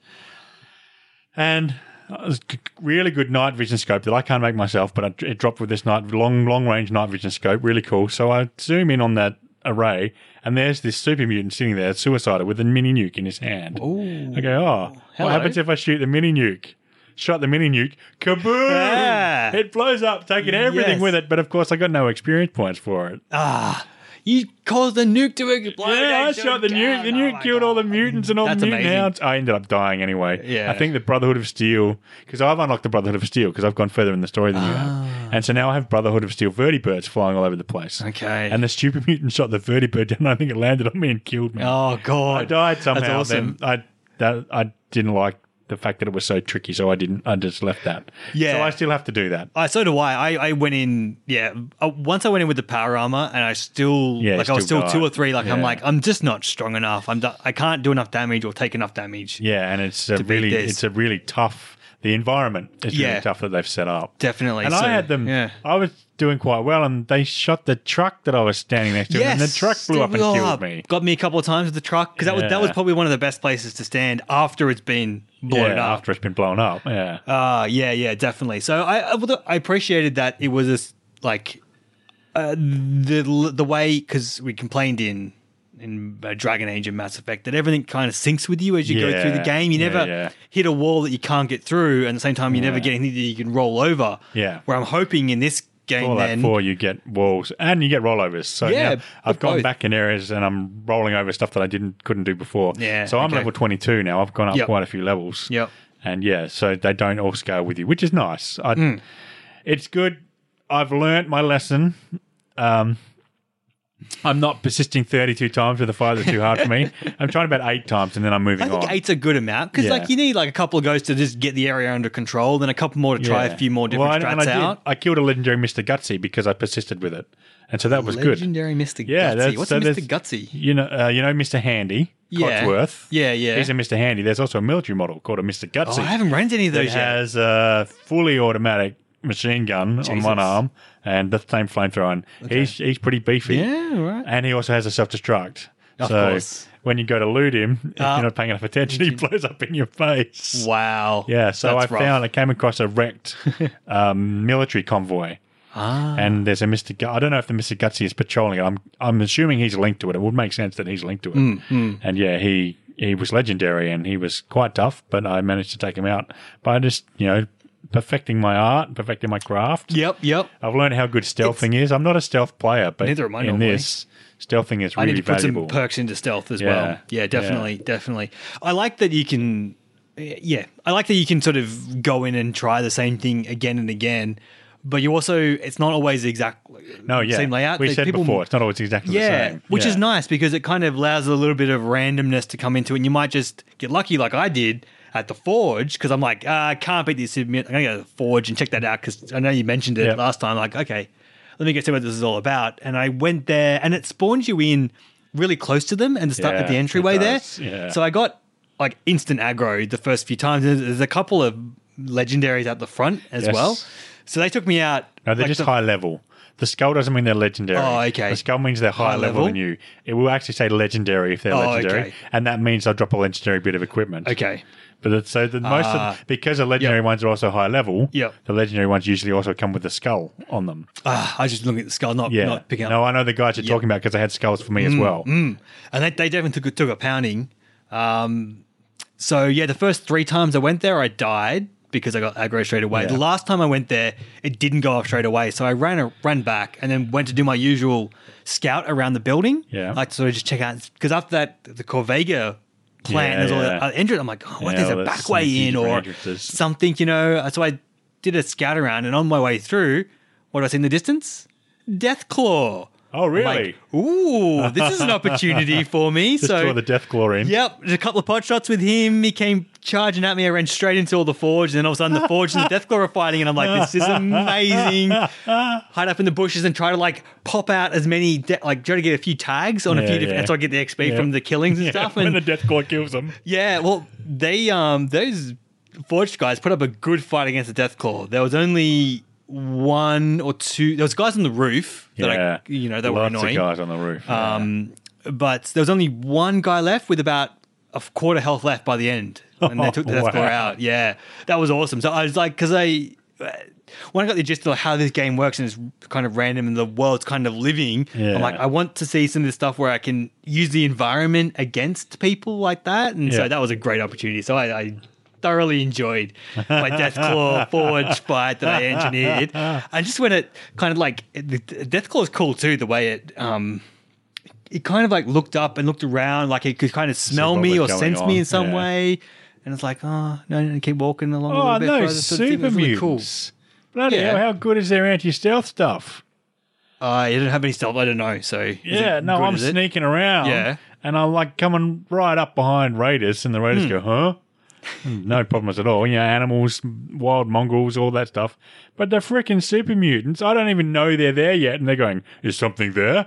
B: and it was a g- really good night vision scope that I can't make myself. But I, it dropped with this night long long range night vision scope. Really cool. So I zoom in on that array, and there's this super mutant sitting there, suicidal, with a mini nuke in his hand.
A: Ooh.
B: I go, oh,
A: Hello.
B: what happens if I shoot the mini nuke? Shot the mini nuke, kaboom!
A: Ah.
B: It blows up, taking everything
A: Yes.
B: with it. But of course, I got no experience points for it.
A: Ah, you caused the nuke to explode.
B: yeah, I
A: Angel.
B: shot the nuke. The
A: Oh,
B: nuke
A: my
B: killed all the
A: God.
B: mutants and all
A: That's
B: the mutant
A: amazing.
B: hounds. I ended up dying anyway.
A: Yeah.
B: I think the Brotherhood of Steel, because I've unlocked the Brotherhood of Steel because I've gone further in the story than you
A: Ah.
B: have. And so now I have Brotherhood of Steel vertibirds flying all over the place.
A: Okay.
B: And the stupid mutant shot the vertibird down. and I think it landed on me and killed me.
A: Oh god,
B: I died somehow.
A: That's awesome.
B: Then I that I didn't like the fact that it was so tricky, so I didn't. I just left that.
A: Yeah.
B: So I still have to do that.
A: I so do I. I. I went in, yeah. Uh, once I went in with the power armor, and I still,
B: Yeah,
A: like, I was
B: still
A: still two
B: died.
A: or three. Like, I'm
B: Yeah.
A: like, I'm just not strong enough. I'm, do- I can't do enough damage or take enough damage.
B: Yeah, and it's a
A: beat
B: really
A: this.
B: it's a really tough. The environment is
A: Yeah.
B: really tough that they've set up.
A: Definitely.
B: And
A: So,
B: I had them.
A: Yeah.
B: I was doing quite well, and they shot the truck that I was standing next to, and the truck blew
A: they
B: up and
A: blew
B: killed
A: up.
B: me.
A: Got me a couple of times with the truck because that was that was
B: Yeah.
A: probably one of the best places to stand after it's been blown
B: Yeah,
A: up.
B: after it's been blown up. Yeah.
A: Uh, yeah, yeah, definitely. So I, I, well, I appreciated that it was a s like uh, the the way because we complained in in uh, Dragon Age and Mass Effect that everything kind of syncs with you as you go through the
B: Yeah,
A: game. You
B: yeah,
A: never
B: yeah.
A: hit a wall that you can't get through, and at the same time, you never
B: Yeah.
A: get anything that you can roll over.
B: Yeah.
A: Where I'm hoping in this game,
B: all that
A: then
B: for you get walls and you get rollovers. So
A: Yeah,
B: now
A: but
B: I've gone
A: both.
B: back in areas and I'm rolling over stuff that I didn't couldn't do before.
A: Yeah,
B: So I'm
A: okay.
B: level 22 now. I've gone up
A: Yep.
B: quite a few levels.
A: Yep.
B: And yeah, so they don't all scale with you, which is nice. I,
A: Hmm.
B: It's good. I've learnt my lesson. Um, I'm not persisting 32 times with a fire that's too hard for me. I'm trying about eight times and then I'm moving
A: I think
B: on.
A: eight's a good amount because
B: Yeah.
A: like you need like a couple of goes to just get the area under control, then a couple more to try
B: Yeah.
A: a few more
B: Well,
A: different
B: and- and
A: strats
B: I did.
A: out.
B: I killed a legendary Mr. Gutsy because I persisted with it. And so that was good.
A: Legendary Mr.
B: Yeah,
A: Gutsy.
B: that's-
A: What's
B: so
A: a
B: there's-
A: Mr. Gutsy?
B: You know, uh, you know, Mr. Handy,
A: Yeah.
B: Cotsworth.
A: Yeah, yeah.
B: He's a Mr. Handy. There's also a military model called a Mr. Gutsy.
A: Oh, I haven't rented any of
B: that
A: those yet.
B: has a fully automatic machine gun on
A: Jesus.
B: one arm and the same flamethrower. And He's he's pretty beefy.
A: Yeah, right.
B: And he also has a self destruct.
A: Of
B: so
A: course.
B: when you go to loot him, if
A: Ah.
B: you're not paying enough attention, he blows up in your face.
A: Wow.
B: Yeah, so
A: That's
B: I
A: rough.
B: found I came across a wrecked um, military convoy.
A: Ah.
B: And there's a Mr. Gu- I don't know if the Mr. Gutsy is patrolling it. I'm I'm assuming he's linked to it. It would make sense that he's linked to it.
A: Hmm,
B: And yeah, he he was legendary and he was quite tough, but I managed to take him out by just you know perfecting my art, perfecting my craft.
A: Yep, yep.
B: I've learned how good stealthing is. I'm not a stealth player, but
A: Neither am I
B: in
A: normally.
B: this, stealthing is
A: I
B: really
A: need to put some
B: valuable.
A: perks into stealth as
B: Yeah.
A: well. Yeah, definitely, definitely. I like that you can. Yeah, I like that you can sort of go in and try the same thing again and again, but you also it's not always exactly
B: no, yeah,
A: same layout.
B: We
A: They-
B: said
A: people-
B: before it's not always exactly the
A: Yeah,
B: same,
A: which
B: Yeah.
A: is nice because it kind of allows a little bit of randomness to come into it. And you might just get lucky, like I did at the Forge, because I'm like, ah, I can't beat this submit. I'm going to go to the Forge and check that out because I know you mentioned it
B: Yep.
A: last time. Like, okay, let me get to what this is all about. And I went there and it spawns you in really close to them and to start at
B: Yeah,
A: the
B: it
A: entryway there.
B: does, yeah.
A: So I got like instant aggro the first few times. There's, there's a couple of legendaries at the front as
B: Yes.
A: well. So they took me out.
B: No, they're
A: like,
B: just
A: the-
B: high level. The skull doesn't mean they're legendary.
A: Oh, okay.
B: The skull means they're higher
A: High
B: level,
A: level?
B: than you. It will actually say legendary if they're
A: Oh,
B: legendary,
A: okay.
B: and that means they'll drop a legendary bit of equipment.
A: Okay.
B: But it's, so the most
A: Ah.
B: of, because the legendary
A: Yep.
B: ones are also high level,
A: Yep.
B: the legendary ones usually also come with a skull on them.
A: Ah, I was just looking at the skull, not,
B: Yeah.
A: not picking up.
B: no, I know the guys you're
A: Yep. Mm,
B: talking about because they had skulls for me as well.
A: and they, they definitely took, took a pounding. Um, so yeah, the first three times I went there, I died because I got aggro straight away.
B: Yeah.
A: The last time I went there, it didn't go off straight away, so I ran a, ran back and then went to do my usual scout around the building.
B: Yeah.
A: like sort of just check out because after that, the Corvega plant
B: Yeah,
A: there's all
B: yeah.
A: that other entrance. I'm like, oh, what?
B: Yeah,
A: there's
B: all
A: a
B: the
A: back way
B: sneaky
A: in
B: different
A: or
B: entrances.
A: something, you know. So I did a scout around, and on my way through, what do I see in the distance? Deathclaw.
B: Oh, really?
A: Like, Ooh, this is an opportunity for me.
B: Just
A: so
B: draw the death claw in.
A: Yep, there's a couple of pot shots with him. He came charging at me. I ran straight into all the forge, and then all of a sudden the forge and the Deathclaw are fighting, and I'm like, this is amazing. Hide up in the bushes and try to like pop out as many, de- like try to get a few tags on a
B: Yeah,
A: few different.
B: yeah.
A: That's how I get the XP
B: Yeah.
A: from the killings and
B: Yeah,
A: stuff.
B: when
A: And
B: the death claw kills them.
A: yeah, well, they um those forge guys put up a good fight against the Deathclaw. There was only one or two. There was guys on the roof that
B: yeah.
A: I, you know, they were
B: Lots
A: annoying.
B: of guys on the roof.
A: Um, but there was only one guy left with about a f- quarter health left by the end, and they took the death
B: Oh, Wow.
A: Claw out. Yeah, that was awesome. So I was like, because I uh, when I got the gist of how this game works and it's kind of random and the world's kind of living,
B: Yeah.
A: I'm like, I want to see some of this stuff where I can use the environment against people like that, and
B: Yeah.
A: so that was a great opportunity. So I. I Thoroughly enjoyed my Deathclaw Forge fight that I engineered. I just when it kind of like the the Deathclaw is cool too. The way it um, it kind of like looked up and looked around, like it could kind of smell
B: what
A: me or
B: was going
A: sense me
B: on,
A: in some
B: yeah.
A: way. And it's like, oh no, no, keep walking along a
B: oh
A: little bit.
B: no,
A: further, sort of thing. It
B: super
A: was really
B: mutants! Bloody
A: Yeah.
B: hell! How good is their anti-stealth stuff?
A: Cool. Uh, I didn't have any stealth. I don't know. So is
B: yeah,
A: it
B: no,
A: good,
B: I'm
A: is it?
B: sneaking around.
A: Yeah.
B: And I'm like coming right up behind raiders, and the raiders
A: Hmm.
B: go, huh? No problems at all. You know, animals, wild mongrels, all that stuff. But they're freaking super mutants. I don't even know they're there yet. And they're going, is something there?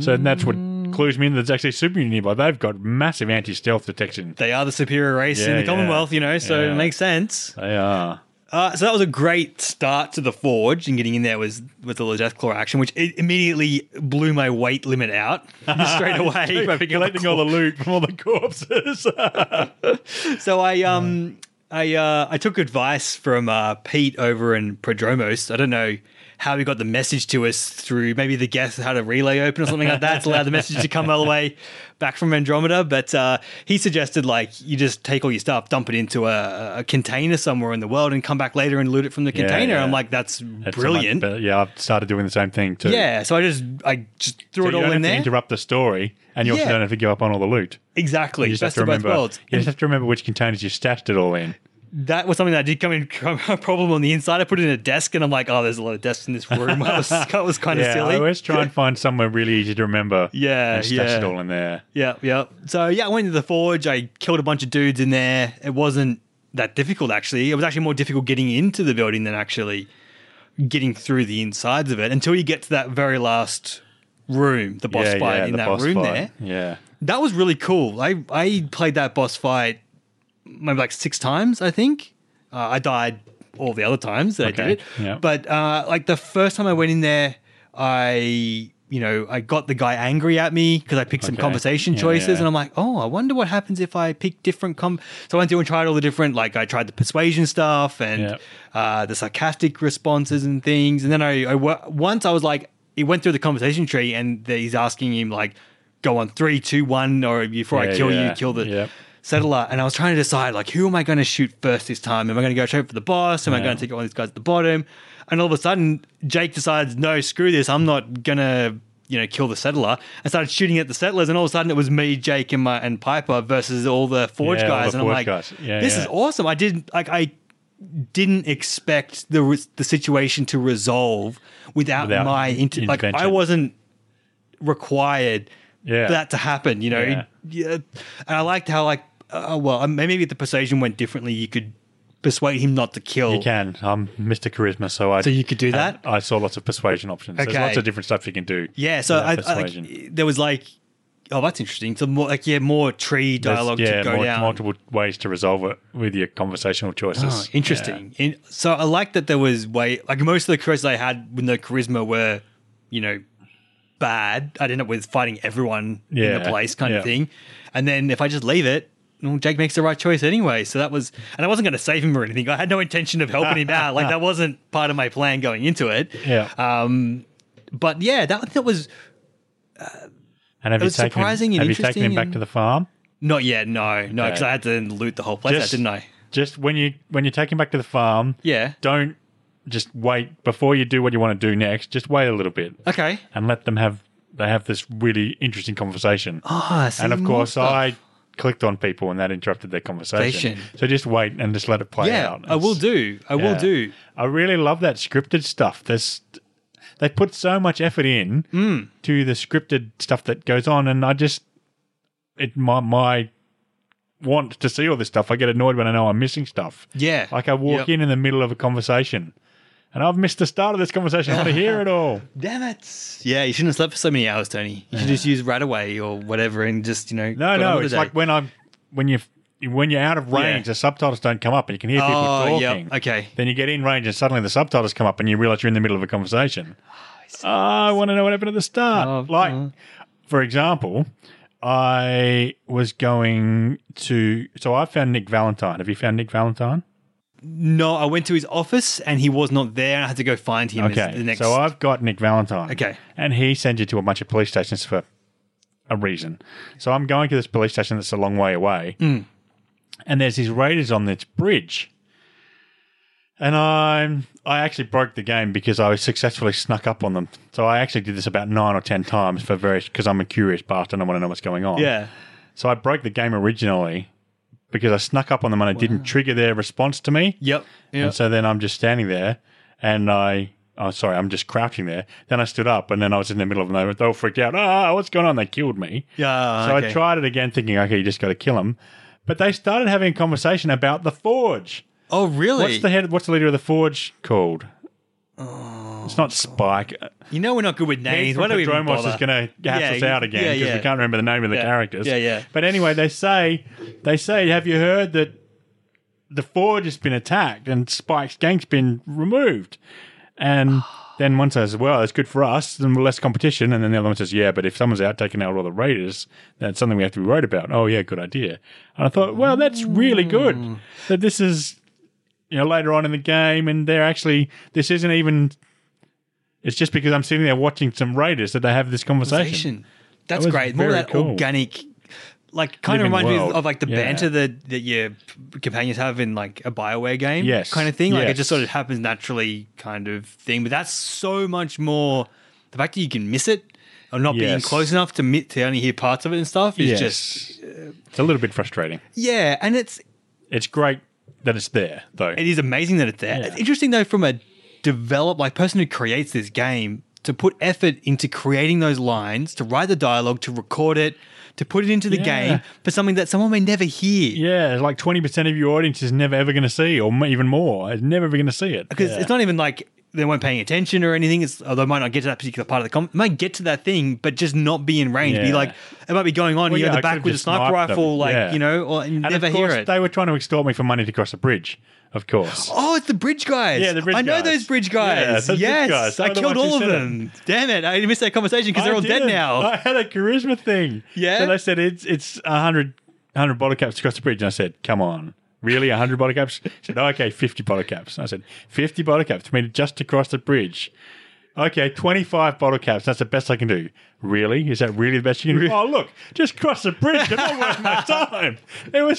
B: So that's what clues me in that there's actually super mutant nearby. They've got massive anti stealth detection.
A: They are the superior race
B: Yeah,
A: in the
B: yeah.
A: Commonwealth, you know, so
B: Yeah.
A: it makes sense.
B: They are.
A: Uh, so that was a great start to the forge, and getting in there was with all the Deathclaw action, which it immediately blew my weight limit out straight away. by picking up a
B: collecting all the loot from all the corpses.
A: So I um I uh I took advice from uh Pete over in Prodromos. I don't know how he got the message to us through maybe the guess how to relay open or something like that to allow the message to come all the way back from Andromeda. But uh, he suggested like you just take all your stuff, dump it into a, a container somewhere in the world, and come back later and loot it from the container.
B: yeah.
A: I'm like, that's,
B: That's so much
A: brilliant.
B: better. yeah, I've started doing the same thing too.
A: yeah, so I just I just threw
B: So
A: it
B: you
A: all in
B: don't have
A: there.
B: to interrupt the story, and you also
A: Yeah.
B: don't have to give up on all the loot.
A: exactly,
B: You just
A: best
B: have
A: of
B: to
A: both
B: remember.
A: worlds.
B: You just have to remember which containers you stashed it all in.
A: that was something that did come in come a problem on the inside. I put it in a desk, and I'm like, oh, there's a lot of desks in this room. That was, that was kind of
B: Yeah,
A: silly.
B: I always try and find somewhere really easy to remember.
A: Yeah,
B: and stash it
A: yeah.
B: all in there.
A: yeah, yeah. So yeah, I went to the forge. I killed a bunch of dudes in there. It wasn't that difficult actually. It was actually more difficult getting into the building than actually getting through the insides of it until you get to that very last room, the boss
B: yeah,
A: fight
B: yeah,
A: in
B: the
A: that
B: boss
A: room
B: fight.
A: there.
B: Yeah,
A: That was really cool. I I played that boss fight maybe like six times, I think. Uh, I died all the other times that I
B: Okay,
A: did it.
B: yeah.
A: But uh, like the first time I went in there, I you know I got the guy angry at me because I picked some
B: Okay.
A: conversation
B: Yeah,
A: choices,
B: yeah.
A: and I'm like, oh, I wonder what happens if I pick different. Com-. So I went through and tried all the different. Like I tried the persuasion stuff and
B: Yeah.
A: uh, the sarcastic responses and things, and then I, I wa- once I was like, he went through the conversation tree, and he's asking him like. Go on three, two, one, or before I
B: Yeah,
A: kill
B: yeah.
A: you, kill the
B: Yep.
A: settler and I was trying to decide like who am I going to shoot first this time? Am I going to go straight for the boss? Am I
B: Yeah.
A: going to take one of these guys at the bottom? And all of a sudden, Jake decides, no, screw this, I'm not going to you know kill the settler. I started shooting at the settlers, and all of a sudden it was me, Jake, and my and Piper versus all the forge
B: Yeah, all
A: guys,
B: the
A: and
B: Forge
A: I'm like,
B: guys. Yeah,
A: this
B: yeah.
A: is awesome. I did like I didn't expect the re- the situation to resolve without,
B: Without
A: my inter- like I
B: intervention.
A: wasn't required
B: Yeah.
A: for that to happen, you know.
B: Yeah.
A: Yeah. And I liked how like uh, well, um, maybe if the persuasion went differently, you could persuade him not to kill.
B: you can. I'm Mr. Charisma, so I.
A: So you could do
B: and
A: that?
B: I saw lots of persuasion options. There's
A: Okay.
B: lots of different stuff you can do.
A: Yeah, so I,
B: without
A: I like, there was like oh, that's interesting. So more like yeah, more tree
B: There's,
A: dialogue
B: yeah,
A: to go
B: mul-
A: down.
B: multiple ways to resolve it with your conversational
A: Oh,
B: choices.
A: interesting. In, so I like that there was way like most of the choices I had with no charisma were, you know, bad. I'd end up with fighting everyone in
B: Yeah,
A: the place kind
B: yeah.
A: of thing. And then if I just leave it, well, Jake makes the right choice anyway. So that was, and I wasn't going to save him or anything. I had no intention of helping him out. Like that wasn't part of my plan going into it.
B: Yeah. yeah.
A: Um, but yeah, that that was
B: and have
A: it
B: you
A: was
B: taken
A: surprising
B: him,
A: and
B: Have you taken him
A: interesting
B: back
A: and-
B: to the farm?
A: not yet. No, no,
B: Okay.
A: because I had to loot the whole place, out, didn't I?
B: Just when you when you take him back to the farm,
A: Yeah.
B: Don't just wait before you do what you want to do next. Just wait a little bit
A: Okay.
B: and let them have they have this really interesting conversation.
A: Ah, see,
B: and of
A: more
B: course,
A: stuff.
B: I clicked on people and that interrupted their conversation.
A: Station.
B: So just wait and just let it play
A: yeah,
B: out.
A: I will
B: It's-
A: do. I
B: yeah.
A: will do.
B: I really love that scripted stuff. There's they put so much effort in
A: Mm.
B: to the scripted stuff that goes on, and I just it my my want to see all this stuff. I get annoyed when I know I'm missing stuff.
A: Yeah.
B: Like I walk
A: Yep.
B: in in the middle of a conversation, and I've missed the start of this conversation. I want to hear it all.
A: Damn it. Yeah, you shouldn't have slept for so many hours, Tony. You should just use right away or whatever and just, you know.
B: No,
A: go on
B: no,
A: with
B: it's
A: the
B: like
A: day.
B: when I'm when you when you're out of range, the subtitles don't come up, and you can hear people
A: Oh,
B: talking.
A: yeah. Okay.
B: Then you get in range, and suddenly the subtitles come up, and you realize you're in the middle of a conversation. Oh, I want to know what happened at the start.
A: Oh,
B: like,
A: oh.
B: for example, I was going to. So I found Nick Valentine. Have you found Nick Valentine?
A: No, I went to his office and he was not there. And I had to go find him. Okay.
B: Okay.
A: The next.
B: So I've got Nick Valentine.
A: Okay.
B: And he sends you to a bunch of police stations for a reason. So I'm going to this police station that's a long way away.
A: Mm.
B: And there's these raiders on this bridge. And I'm I actually broke the game because I successfully snuck up on them. So I actually did this about nine or ten times for various because I'm a curious bastard and I want to know what's going on.
A: yeah.
B: So I broke the game originally because I snuck up on them and I didn't trigger their response to me.
A: Yep.
B: And
A: Yep.
B: so then I'm just standing there and I, oh, sorry, I'm just crouching there. Then I stood up and then I was in the middle of them. They were- They all freaked out. Ah, what's going on? They killed me.
A: Yeah.
B: So
A: Ah, okay.
B: I tried it again thinking, okay, you just got to kill them. But they started having a conversation about the Forge.
A: Oh, really?
B: What's the head? What's the leader of the Forge called? it's not Spike.
A: you know we're not good with names. Why
B: Why
A: don't we even
B: Dromos
A: bother?
B: is going to hash
A: Yeah,
B: us out again
A: yeah,
B: because
A: yeah.
B: we can't remember the name of the
A: Yeah.
B: characters.
A: Yeah, yeah.
B: But anyway, they say, they say, have you heard that the Forge has been attacked and Spike's gang's been removed? And then one says, well, it's good for us, then we're less competition. And then the other one says, yeah, but if someone's out taking out all the Raiders, that's something we have to be worried about. Oh, yeah, good idea. And I thought, well, that's really
A: Mm.
B: good that this is you know, later on in the game, and they're actually this isn't even. It's just because I'm sitting there watching some Raiders that they have this
A: Conversation.
B: conversation.
A: That's
B: was
A: great. More of
B: very
A: that
B: cool.
A: organic, like kind of
B: Living
A: reminds me
B: world.
A: of like the
B: Yeah.
A: banter that, that your p- companions have in like a Bioware game,
B: Yes.
A: kind of thing. Like it
B: Yes.
A: just sort of happens naturally, kind of thing. But that's so much more. The fact that you can miss it or not being
B: Yes.
A: close enough to mi- to only hear parts of it and stuff is
B: Yes.
A: just
B: it's a little bit frustrating.
A: yeah. And it's
B: It's great that it's there though.
A: it is amazing that it's there.
B: Yeah.
A: It's interesting though, from a develop like person who creates this game to put effort into creating those lines, to write the dialogue, to record it, to put it into the
B: Yeah.
A: game for something that someone may never hear.
B: yeah, like twenty percent of your audience is never ever going to see, or m- even more, is never ever going to see it.
A: Because
B: Yeah.
A: it's not even like they weren't paying attention or anything. It's oh, they might not get to that particular part of the com might get to that thing, but just not be in range. Be
B: Yeah.
A: like it might be going on,
B: Well,
A: you're
B: yeah,
A: in
B: I
A: the back
B: could've
A: with a
B: just
A: sniper
B: sniped them.
A: rifle, like
B: Yeah.
A: you know, or, and you
B: And
A: never
B: of course,
A: hear it.
B: They were trying to extort me for money to cross a bridge. Of course.
A: Oh, it's the bridge guys.
B: Yeah, the bridge
A: I know
B: guys.
A: those bridge
B: Yeah,
A: guys.
B: it's the bridge
A: yes,
B: guys. They
A: I
B: were the
A: killed
B: ones who
A: all of
B: said it.
A: them. Damn it, I missed that conversation because
B: I
A: they're all dead
B: did.
A: now.
B: I had a charisma thing.
A: Yeah?
B: So they said it's it's a hundred hundred bottle caps across the bridge, and I said, "Come on, really? A hundred bottle caps?" She said, "Okay, fifty bottle caps." And I said, 50 bottle caps, I mean just across the bridge." Okay, twenty-five bottle caps. That's the best I can do. Really? Is that really the best you can do? Oh, look, just cross the bridge. I'm not worth my time. It was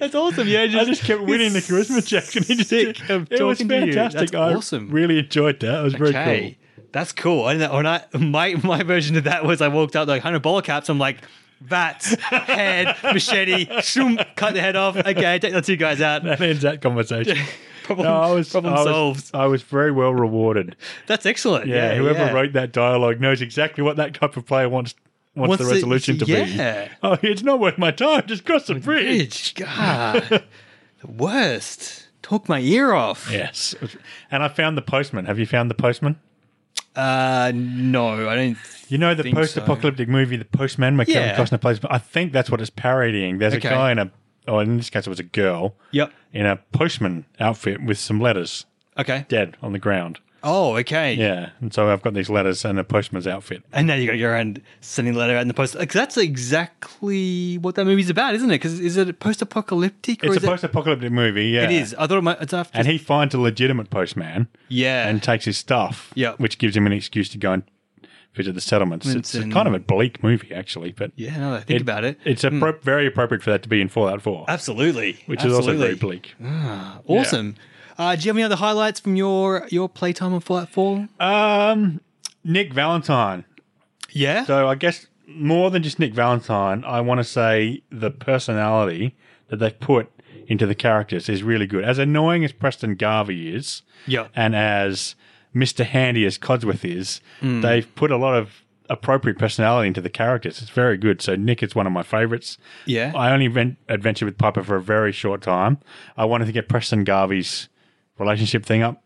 A: That's awesome. Yeah,
B: I just kept winning the charisma check, and he just
A: sick of
B: it was
A: talking to you. That's
B: fantastic. I
A: awesome.
B: really enjoyed that. It was very cool.
A: Okay, that's cool. I know, when I my my version of that was I walked out like hundred bottle caps. I'm like. Vats, head, machete, shoom, cut the head off. Okay, take the two guys out.
B: That ends that conversation.
A: Problem,
B: No, I was,
A: problem
B: I was-
A: solved.
B: I was very well rewarded.
A: That's excellent.
B: Yeah,
A: Yeah,
B: whoever
A: yeah.
B: wrote that dialogue knows exactly what that type of player wants wants,
A: Wants
B: the
A: it-
B: resolution to
A: yeah.
B: be. Oh, it's not worth my time. Just cross the
A: Bridge,
B: bridge.
A: God, the worst. Talk my ear off.
B: Yes, and I found the postman. Have you found the postman?
A: Uh, no, I don't.
B: You know the
A: Think so.
B: post-apocalyptic movie, The Postman, where Kevin
A: Yeah.
B: Costner plays. I think that's what it's parodying. There's
A: Okay.
B: a guy in a, oh, in this case it was a girl
A: Yep.
B: in a postman outfit with some letters,
A: Okay.
B: dead on the ground.
A: Oh, okay.
B: Yeah, and so I've got these letters and a postman's outfit.
A: And now you got to go around sending a letter out in the post. Like, that's exactly what that movie's about, isn't it? Because is it post-apocalyptic? Or
B: It's
A: is
B: a
A: it-
B: post-apocalyptic movie. Yeah,
A: It is. I thought it might, it's after.
B: And he finds a legitimate postman
A: yeah.
B: and takes his stuff,
A: Yeah.
B: which gives him an excuse to go and visit the settlements.
A: It's
B: It's, a
A: in-
B: kind of a bleak movie, actually, but
A: yeah. Hmm. Now that I think
B: it-
A: about it.
B: it's appro- very appropriate for that to be in Fallout 4,
A: absolutely.
B: which
A: absolutely.
B: is also very bleak.
A: Awesome. Uh, do you have any other highlights from your your playtime on Fallout 4?
B: Um, Nick Valentine.
A: yeah.
B: So I guess more than just Nick Valentine, I want to say the personality that they've put into the characters is really good. As annoying as Preston Garvey is,
A: yeah.
B: and as Mr. Handy as Codsworth is,
A: Hmm.
B: they've put a lot of appropriate personality into the characters. It's very good. So Nick is one of my favorites.
A: Yeah.
B: I only ven- adventured with Piper for a very short time. I wanted to get Preston Garvey's relationship thing up.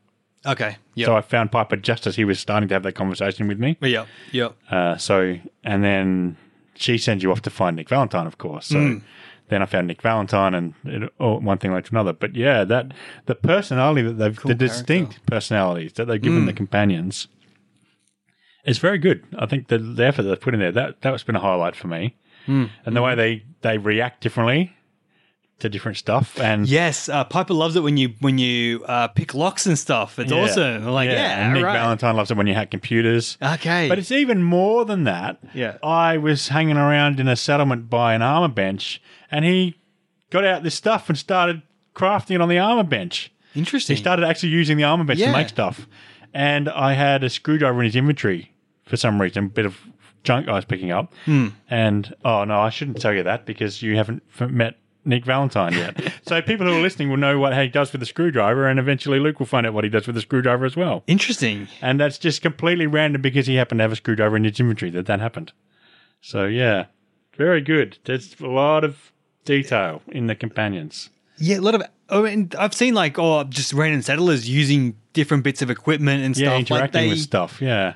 A: Okay. Yep.
B: So I found Piper just as he was starting to have that conversation with me.
A: yep. Yep.
B: Uh, so, and then she sends you off to find Nick Valentine, of course. So
A: Mm.
B: then I found Nick Valentine, and it, oh, one thing led to another. But yeah, that the personality that they've, the distinct personalities that they've
A: Mm.
B: given the companions, is very good. I think the, the effort they've put in there that that's been a highlight for me,
A: Mm.
B: and the way they they react differently to different stuff and.
A: Yes, uh, Piper loves it when you when you uh, pick locks and stuff. It's
B: Yeah.
A: awesome. Like yeah,
B: and Nick
A: right.
B: Valentine loves it when you hack computers.
A: Okay.
B: But it's even more than that.
A: Yeah.
B: I was hanging around in a settlement by an armor bench, and he got out this stuff and started crafting it on the armor bench.
A: Interesting.
B: He started actually using the armor bench
A: Yeah.
B: to make stuff. And I had a screwdriver in his inventory for some reason, a bit of junk I was picking up.
A: Hmm.
B: And oh no, I shouldn't tell you that because you haven't f- met Nick Valentine yet. so people who are listening will know what he does with the screwdriver, and eventually Luke will find out what he does with the screwdriver as well.
A: Interesting.
B: And that's just completely random because he happened to have a screwdriver in his inventory that that happened. So yeah, very good. There's a lot of detail in the companions.
A: Yeah, a lot of. Oh, and I've seen like oh, just random settlers using different bits of equipment and
B: Yeah,
A: stuff. like
B: interacting
A: they,
B: with stuff. Yeah,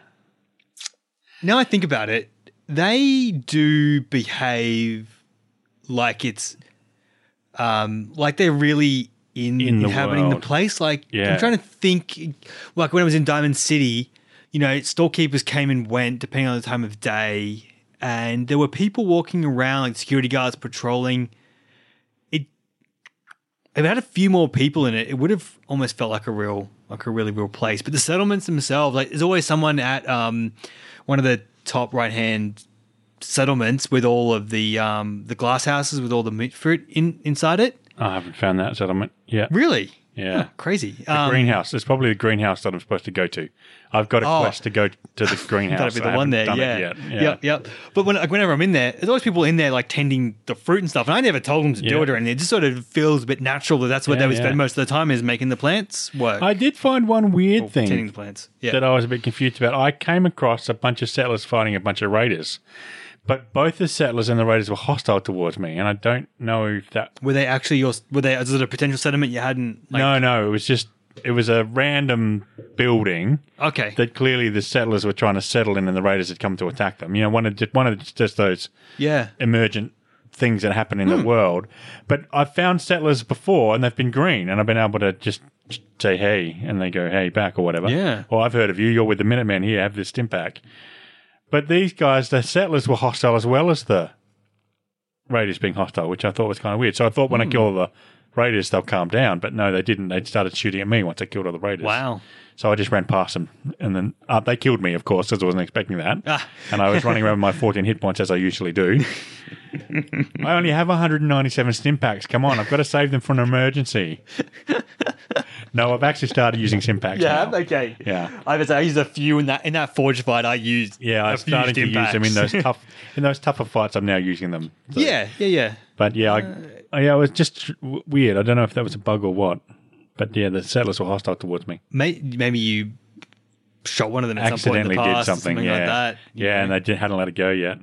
A: Now I think about it, they do behave like it's, um, like they're really in,
B: In the
A: inhabiting
B: world.
A: the place. Like
B: Yeah.
A: I'm trying to think, like when I was in Diamond City, you know, storekeepers came and went depending on the time of day, and there were people walking around, like security guards patrolling. It, if it had a few more people in it, it would have almost felt like a real, like a really real place. But the settlements themselves, like there's always someone at um, one of the top right hand settlements with all of the um, the glass houses with all the meat fruit in inside it.
B: I haven't found that settlement yet.
A: Really?
B: Yeah.
A: Huh, crazy.
B: The
A: Um,
B: greenhouse. It's probably the greenhouse that I'm supposed to go to. I've got a
A: Oh.
B: quest to go to the greenhouse.
A: That'd be
B: I
A: the one
B: haven't
A: there,
B: done
A: yeah.
B: it yet.
A: Yep, yep. But when, like, whenever I'm in there, there's always people in there like tending the fruit and stuff, and I never told them to
B: Yeah.
A: do it or anything. It just sort of feels a bit natural that that's what
B: Yeah,
A: they would
B: yeah.
A: spend most of the time is making the plants work,
B: I did find one weird
A: tending
B: thing
A: the plants. Yeah,
B: that I was a bit confused about. I came across a bunch of settlers fighting a bunch of raiders, but both the settlers and the raiders were hostile towards me, and I don't know if that.
A: were they actually your? Were they is it a potential sediment you hadn't? Like,
B: no, no, it was just it was a random building
A: Okay.
B: that clearly the settlers were trying to settle in, and the raiders had come to attack them. You know, one of just one of just those
A: yeah.
B: emergent things that happen in the
A: Hmm.
B: world. But I've found settlers before and they've been green and I've been able to just say hey and they go hey back or whatever.
A: Yeah.
B: Or I've heard of you, you're with the Minutemen here, have this stimpack. But these guys, the settlers were hostile as well as the raiders being hostile, which I thought was kind of weird. So I thought
A: Hmm.
B: when I kill all the raiders they'll calm down, but no they didn't. They started shooting at me once I killed all the raiders.
A: Wow.
B: So I just ran past them, and then uh, they killed me, of course, because I wasn't expecting that.
A: Ah.
B: And I was running around with my 14 hit points as I usually do. I only have 197 stim packs. Come on, I've got to save them for an emergency. no, I've actually started using stim packs.
A: Yeah.
B: now.
A: Okay.
B: Yeah.
A: I was. I used a few in that in that forge fight. I used.
B: yeah.
A: a
B: I'm
A: few
B: starting to use them in
A: stimpaks.
B: those tough, in those tougher fights. I'm now using them. So-
A: yeah. Uh, Yeah. Yeah.
B: But yeah, I, yeah, it was just w- weird. I don't know if that was a bug or what. But yeah, the settlers were hostile towards me.
A: May, maybe you shot one of them at some point in
B: accidentally
A: the past,
B: did
A: or
B: something, yeah.
A: like that.
B: yeah, and they did, hadn't let it go yet.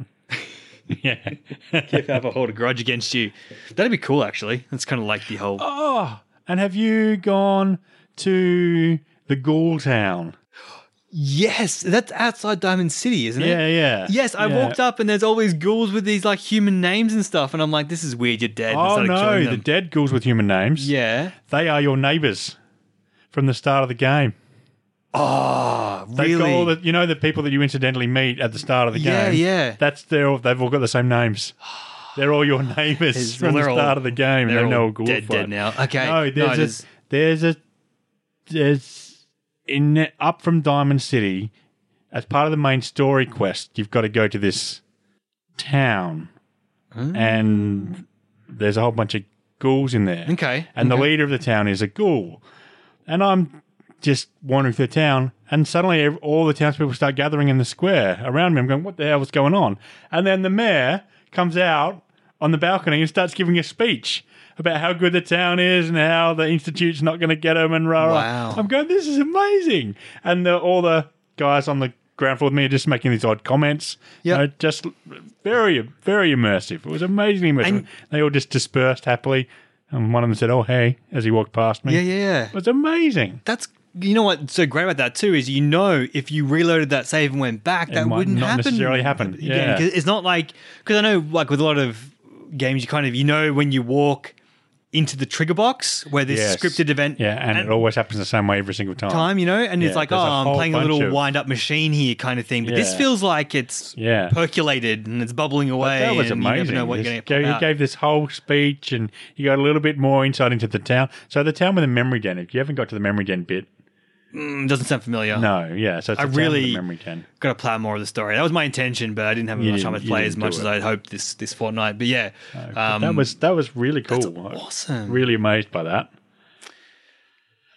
B: yeah.
A: if I ever hold a grudge against you, that'd be cool. Actually, that's kind of like the whole.
B: Oh, and have you gone to the Ghoul Town?
A: Yes, that's outside Diamond City, isn't
B: Yeah,
A: it?
B: yeah.
A: Yes, I
B: Yeah.
A: walked up and there's always ghouls with these like human names and stuff, and I'm like, this is weird. You're dead. and I
B: Oh
A: started
B: no,
A: killing
B: the
A: them.
B: dead ghouls with human names.
A: yeah.
B: They are your neighbours from the start of the game.
A: Oh,
B: They've got
A: really?
B: all the, you know the people that you incidentally meet at the start of the
A: Yeah,
B: game.
A: yeah.
B: That's they're all, they've all got the same names. They're all your
A: It's-
B: neighbours from the
A: they're all-
B: start of the game. and
A: they're
B: They're
A: all
B: no ghoul
A: dead,
B: fight.
A: dead now. Okay.
B: No,
A: No,
B: there's a,
A: there's-
B: there's a there's in up from Diamond City as part of the main story quest. You've got to go to this town,
A: Oh.
B: and there's a whole bunch of ghouls in there.
A: Okay,
B: and the leader of the town is a ghoul, and I'm just wandering through the town. And suddenly, ev- all the townspeople start gathering in the square around me. I'm going, "What the hell was going on?" And then the mayor comes out on the balcony and starts giving a speech. about how good the town is and how the institute's not going to get them and rah rah.
A: Wow.
B: I'm going, this is amazing. And the, all the guys on the ground floor with me are just making these odd comments.
A: Yep.
B: You know, just very, very immersive. It was amazingly immersive.
A: And-
B: they all just dispersed happily. And one of them said, oh, hey, as he walked past me.
A: Yeah, yeah.
B: It was amazing.
A: That's you know what's so great about that too is you know if you reloaded that save and went back that
B: might
A: wouldn't
B: not
A: happen
B: necessarily happen.
A: again.
B: Yeah.
A: 'Cause it's not like because I know like with a lot of games you kind of you know when you walk into the trigger box where this
B: Yes.
A: scripted event
B: Yeah, and, it always happens the same way every single time.
A: time you know and
B: Yeah,
A: it's like oh
B: there's a
A: I'm
B: whole
A: playing a
B: bunch
A: little
B: of-
A: wind up machine here kind of thing but this
B: Yeah.
A: feels like it's
B: Yeah.
A: percolated and it's bubbling away
B: That was
A: and
B: amazing.
A: you never know what
B: This-
A: you're gonna
B: gave,
A: pop
B: he
A: out.
B: gave this whole speech, and you got a little bit more insight into the town. So the town with the memory den. If you haven't got to the memory den bit,
A: Mm, doesn't sound familiar
B: no, yeah. So it's
A: I
B: the town with
A: really
B: the memory den.
A: got to plow more of the story. That was my intention, but I didn't have
B: You
A: much
B: didn't-
A: time to
B: you
A: play
B: didn't
A: as much
B: do
A: as
B: it.
A: I would hoped this this fortnight. But yeah,
B: But
A: um,
B: that was that was really cool.
A: awesome.
B: Really amazed by that.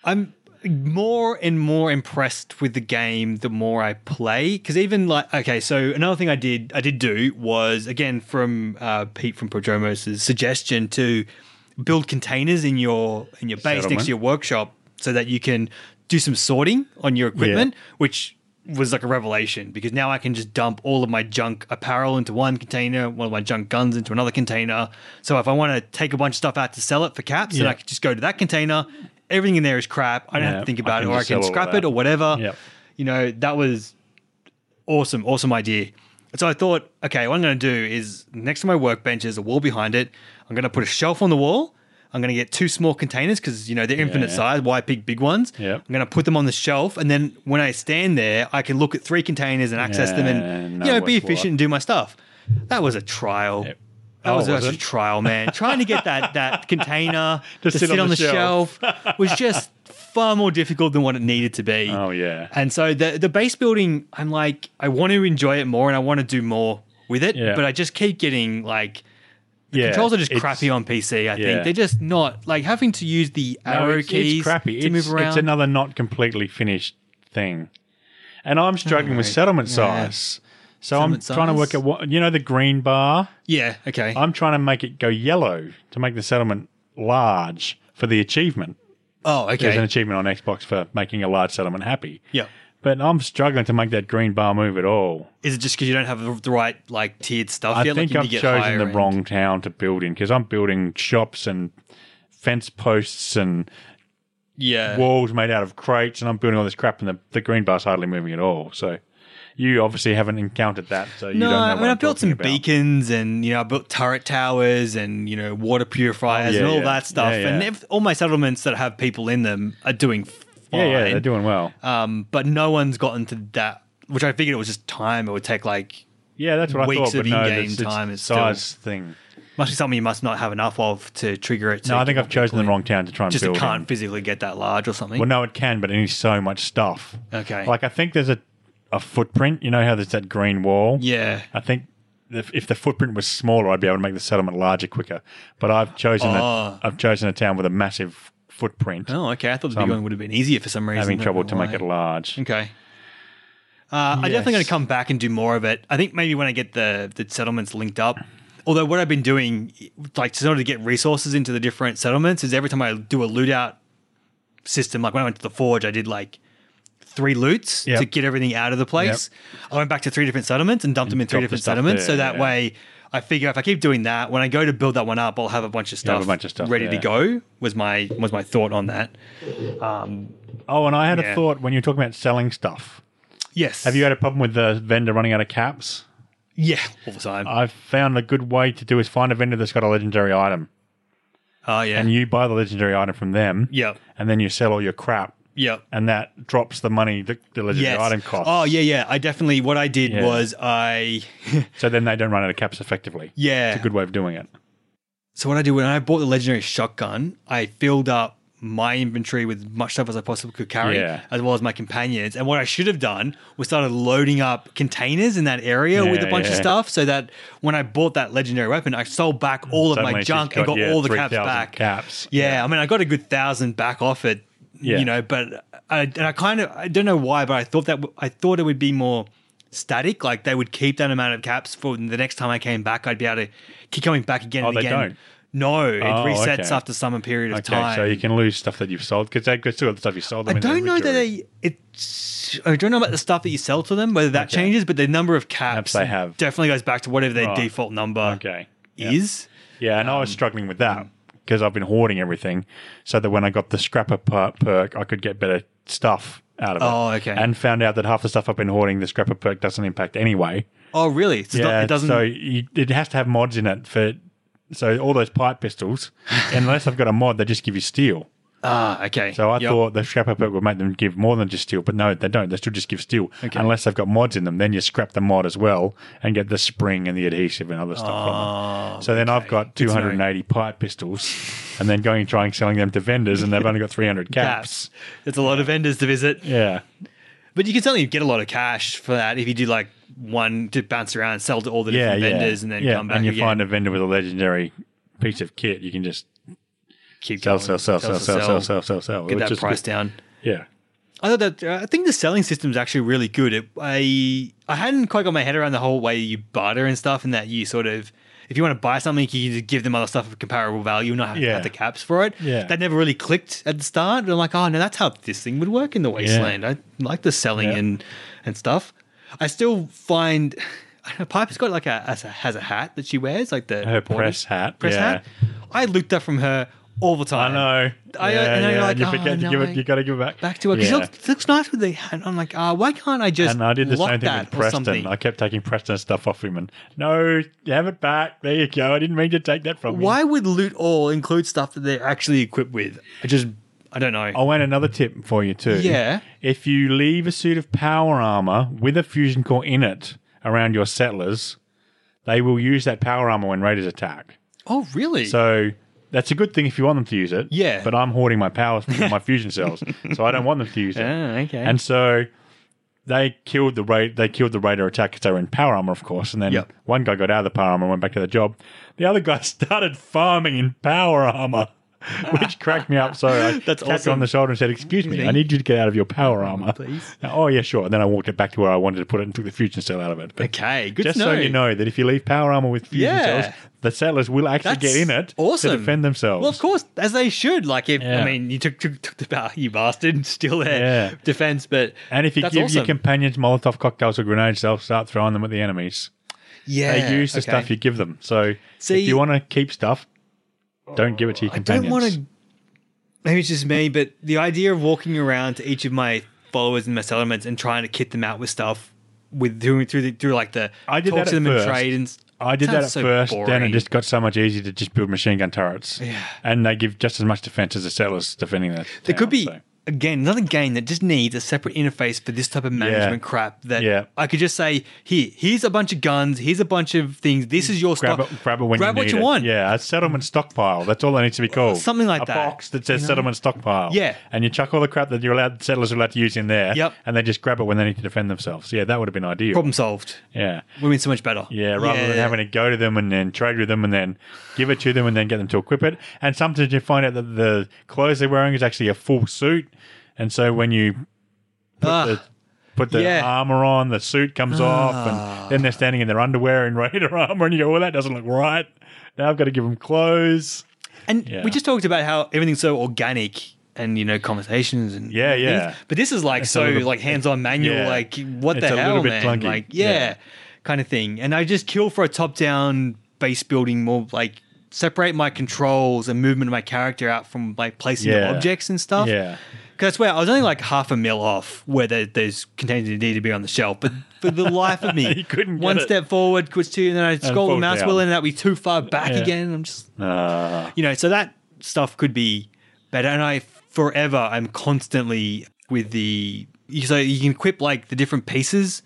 A: I'm more and more impressed with the game the more I play. Because even like, okay, so another thing I did, I did do was again from uh, Pete from Prodromos' suggestion to build containers in your in your base next
B: Settlement.
A: to your workshop so that you can do some sorting on your equipment, which was like a revelation because now I can just dump all of my junk apparel into one container, one of my junk guns into another container. So if I want to take a bunch of stuff out to sell it for caps, then
B: Yeah.
A: I could just go to that container. Everything in there is crap. I don't have
B: Yeah,
A: to think
B: I
A: about
B: can
A: it, or I
B: just
A: can
B: sell all
A: scrap
B: that.
A: it, or whatever.
B: Yep.
A: You know, that was awesome, awesome idea. And so I thought, okay, what I'm going to do is next to my workbench, there's a wall behind it. I'm going to put a shelf on the wall. I'm going to get two small containers because, you know, they're infinite
B: Yeah.
A: size. Why pick big ones?
B: Yep.
A: I'm going to put them on the shelf. And then when I stand there, I can look at three containers and access them and,
B: Yeah,
A: you
B: know
A: know, be
B: what's what.
A: efficient and do my stuff. That was a trial.
B: Yep.
A: That
B: Oh,
A: was,
B: was
A: such a
B: it?
A: trial, man. Trying to get that that container to, sit, on, the
B: shelf.
A: shelf. was just far more difficult than what it needed to be.
B: Oh, yeah.
A: And so the the base building, I'm like, I want to enjoy it more and I want to do more with it,
B: Yeah.
A: but I just keep getting like
B: yeah,
A: controls are just
B: it's-
A: crappy on PC. I
B: yeah.
A: think they're just not like having to use the
B: no,
A: arrow
B: it's,
A: keys
B: It's crappy.
A: to
B: it's,
A: move around.
B: it's another not completely finished thing, and I'm struggling with
A: Alright.
B: settlement
A: Yeah.
B: size. So I'm
A: Settlement
B: trying to work
A: size?
B: at what you know the green bar.
A: yeah, okay.
B: I'm trying to make it go yellow to make the settlement large for the achievement.
A: oh,
B: There's an
A: okay.
B: achievement on Xbox for making a large settlement happy.
A: Yeah.
B: But I'm struggling to make that green bar move at all.
A: Is it just because you don't have the right like tiered stuff
B: I
A: yet?
B: think
A: like, you
B: I've
A: need to get
B: chosen
A: higher
B: the
A: end.
B: wrong town to build in because I'm building shops and fence posts and
A: yeah.
B: walls made out of crates and I'm building all this crap and the, the green bar's hardly moving at all. So you obviously haven't encountered that. So you
A: No,
B: don't know
A: I
B: what
A: mean, I
B: I'm
A: built
B: talking
A: some
B: about.
A: beacons and, you know, I built turret towers and, you know, water purifiers
B: Oh, yeah,
A: and all
B: yeah.
A: that stuff.
B: Yeah, yeah.
A: And if, all my settlements that have people in them are doing fine.
B: Yeah, yeah, they're doing well.
A: um, but no one's gotten to that, which I figured it was just time. It would take, like,
B: Yeah, that's what
A: weeks
B: I thought.
A: of
B: But no,
A: in-game
B: it's, it's
A: time is still-
B: size thing.
A: must be something you must not have enough of to trigger it. To
B: No, I think
A: get
B: I've chosen the
A: quickly.
B: wrong town to try and
A: Just
B: build.
A: it can't
B: in.
A: physically get that large or something.
B: Well, no, it can, but it needs so much stuff.
A: Okay.
B: Like I think there's a a footprint. You know how there's that green wall.
A: yeah.
B: I think if, if the footprint was smaller, I'd be able to make the settlement larger quicker. But I've chosen
A: Oh.
B: a, I've chosen a town with a massive footprint.
A: Oh, okay. I thought the big
B: I'm
A: one would have been easier for some reason.
B: having
A: I don't
B: trouble
A: know
B: to make
A: why.
B: it large.
A: Okay. Uh, I'm definitely
B: Yes.
A: going to come back and do more of it. I think maybe when I get the the settlements linked up. Although what I've been doing, like in order to get resources into the different settlements, is every time I do a loot out system, like when I went to the forge, I did like three loots
B: Yep.
A: to get everything out of the place. I went back to three different settlements and dumped them in three
B: dropped the
A: different
B: stuff
A: settlements,
B: there,
A: so that
B: yeah.
A: way. I figure if I keep doing that, when I go to build that one up, I'll have a bunch of
B: have
A: stuff,
B: a bunch of stuff,
A: ready to
B: yeah.
A: go. Was my was my thought on that? Um,
B: Oh, and I had
A: Yeah.
B: a thought when you were talking about selling stuff.
A: yes.
B: Have you had a problem with the vendor running out of caps?
A: Yeah, all the time.
B: I've found a good way to do is find a vendor that's got a legendary item,
A: Oh yeah.
B: and you buy the legendary item from them.
A: Yep.
B: And then you sell all your crap,
A: Yep.
B: and that drops the money that the legendary
A: Yes.
B: item costs.
A: Oh yeah, yeah. I definitely what I did
B: Yeah.
A: was I
B: So then they don't run out of caps effectively.
A: yeah.
B: It's a good way of doing it.
A: so what I did when I bought the legendary shotgun, I filled up my inventory with much stuff as I possibly could carry,
B: Yeah.
A: as well as my companions. And what I should have done was started loading up containers in that area with a
B: Yeah,
A: bunch of
B: yeah.
A: stuff, so that when I bought that legendary weapon, I sold
B: Mm.
A: back all of
B: Suddenly
A: my
B: she's
A: junk and
B: got,
A: got
B: yeah,
A: all the caps
B: 3,000
A: back.
B: caps.
A: Yeah, I mean, I got a good thousand back off it,
B: Yeah.
A: you know, but I, and I kind of, I don't know why, but I thought that, w- I thought it would be more static. Like they would keep that amount of caps for the next time I came back, I'd be able to keep coming back again
B: Oh,
A: and
B: they
A: again.
B: don't.
A: No, it
B: Oh,
A: resets
B: okay.
A: after some period of
B: Okay,
A: time.
B: so you can lose stuff that you've sold because they've still got the stuff you sold
A: I
B: them. in the
A: don't know that
B: inventory.
A: they it's I don't know about the stuff that you sell to them whether that
B: Okay.
A: changes, but the number of caps
B: Caps they have.
A: definitely goes back to whatever their
B: Right.
A: default number
B: Okay. Yeah.
A: is.
B: Yeah, and I
A: Um,
B: was struggling with
A: mm.
B: that because I've been hoarding everything, so that when I got the scrapper per- perk, I could get better stuff out of it.
A: Oh, okay.
B: And found out that half the stuff I've been hoarding, the scrapper perk doesn't impact anyway.
A: Oh, really? So it's
B: yeah,
A: not, it doesn't.
B: So you, it has to have mods in it for. So all those pipe pistols, unless I've got a mod, they just give you steel.
A: ah, okay.
B: So I
A: Yep.
B: thought the scrapper perk would make them give more than just steel, but no, they don't. They still just give steel unless they've got mods in them. Then you scrap the mod as well and get the spring and the adhesive and other stuff
A: Oh,
B: from it. So then I've got
A: Good to know.
B: 280 pipe pistols, and then going and trying selling them to vendors, and they've only got 300 caps.
A: caps. There's a lot of vendors to visit,
B: Yeah,
A: but you can certainly get a lot of cash for that if you do like one to bounce around, sell to all the
B: yeah,
A: different
B: yeah.
A: vendors, and then
B: yeah.
A: come back
B: and you
A: again.
B: find a vendor with a legendary piece of kit. You can just
A: keep
B: sell,
A: going,
B: sell, sell, sell, sell, sell, sell, sell, sell.
A: get
B: which
A: that
B: is
A: price
B: good.
A: down.
B: Yeah.
A: I thought that uh, I think the selling system is actually really good. It, I I hadn't quite got my head around the whole way you barter and stuff, and that you sort of if you want to buy something, you just give them other stuff of comparable value, and not have to
B: Yeah.
A: cut the caps for it.
B: Yeah.
A: That never really clicked at the start. I'm like, oh no, that's how this thing would work in the wasteland. I like the selling
B: Yeah.
A: and and stuff. I still find Piper's got like a has a, has a hat that she wears, like the
B: Her
A: porter-
B: press hat,
A: Press
B: yeah.
A: hat. I looked up from her all the
B: I
A: time.
B: know.
A: I-
B: yeah,
A: and then you're
B: yeah.
A: like,
B: you
A: oh,
B: forget
A: no,
B: to give
A: I-
B: it. You got to give it back.
A: back to her because
B: Yeah.
A: looks, she looks nice with the hand. I'm like, ah, why can't I just
B: And I did the
A: lock
B: same thing
A: that
B: with
A: or
B: Preston.
A: something?
B: I kept taking Preston stuff off him and no, you have it back. There you go. I didn't mean to take that from you.
A: Why would loot all include stuff that they're actually equipped with? I just, I don't know.
B: Oh, and another tip for you too.
A: Yeah.
B: If you leave a suit of power armor with a fusion core in it around your settlers, they will use that power armor when raiders attack.
A: Oh, really?
B: So that's a good thing if you want them to use it.
A: Yeah.
B: But I'm hoarding my power, my fusion cells, so I don't want them to use it.
A: Ah, okay.
B: And so they killed the ra- they killed the raider attack because they were in power armor, of course. And then
A: Yep.
B: one guy got out of the power armor and went back to the job. The other guy started farming in power armor, which cracked me up. So I
A: That's
B: tapped her
A: awesome.
B: on the shoulder and said, "Excuse me, I need you to get out of your power armor,
A: please."
B: Now, oh yeah, sure. And then I walked it back to where I wanted to put it and took the fusion cell out of it. But
A: okay, good
B: Just
A: to know.
B: so you know that if you leave power armor with fusion
A: Yeah.
B: cells, the settlers will actually
A: That's
B: get in it
A: awesome.
B: to defend themselves.
A: Well, of course, as they should. Like, if I
B: Yeah.
A: mean, you took took, took the power, you bastard, still their
B: Yeah.
A: defense, but
B: And if you
A: that's
B: give your
A: awesome.
B: companions Molotov cocktails or grenades, they'll start throwing them at the enemies.
A: yeah,
B: they use the
A: okay.
B: stuff you give them. So
A: See-
B: if you want to keep stuff, don't give it to your
A: I don't
B: companions.
A: want to. Maybe it's just me, but the idea of walking around to each of my followers and my settlements and trying to kit them out with stuff, with doing through the, through like the
B: I did
A: talk
B: that
A: to
B: at
A: them
B: first.
A: and trade and. s-
B: I did that
A: Sounds
B: at
A: so
B: first, then it
A: boring.
B: just got so much easier to just build machine gun turrets.
A: Yeah.
B: And they give just as much defense as the settlers defending that.
A: There could be again another game that just needs a separate interface for this type of management crap. That
B: Yeah.
A: I could just say, here, here's a bunch of guns, here's a bunch of things. This is your
B: Grab
A: stuff.
B: it, grab it when
A: grab
B: you
A: what
B: need
A: you
B: it.
A: want.
B: Yeah, a settlement stockpile. That's all that needs to be called.
A: Something like
B: a
A: that,
B: A box that says settlement stockpile.
A: Yeah.
B: And you chuck all the crap that you're allowed, settlers are allowed to use in there.
A: Yep.
B: And they just grab it when they need to defend themselves. Yeah, that would have been ideal.
A: Problem solved.
B: Yeah.
A: We've been so much better.
B: Yeah, rather than having to go to them and then trade with them and then give it to them and then get them to equip it. And sometimes you find out that the clothes they're wearing is actually a full suit. And so when you put
A: Ah.
B: the, put the
A: Yeah. Ah.
B: armor on, the suit comes off, and then they're standing in their underwear in Raider armor. And you go, well, that doesn't look right. Now I've got to give them clothes.
A: And
B: Yeah.
A: we just talked about how everything's so organic and you know conversations and
B: Yeah,
A: things.
B: yeah.
A: But this is like
B: a
A: so
B: little-
A: like hands-on manual,
B: yeah.
A: like what
B: It's
A: the
B: a
A: hell,
B: little bit
A: man?
B: clunky.
A: Like yeah,
B: Yeah.
A: kind of thing. And I just kill for a top-down base building, more like separate my controls and movement of my character out from like placing of
B: Yeah.
A: objects and stuff.
B: Yeah.
A: Because where I was only like half a mil off where there, there's containers that need to be on the shelf, but for the life of me,
B: You couldn't get
A: one
B: it.
A: step forward, quits two, and then I scroll the
B: fall
A: mouse
B: down.
A: wheel, and that would be too far back
B: Yeah.
A: again. I'm just
B: Uh,
A: you know, so that stuff could be better. And I forever, I'm constantly with the so you can equip like the different pieces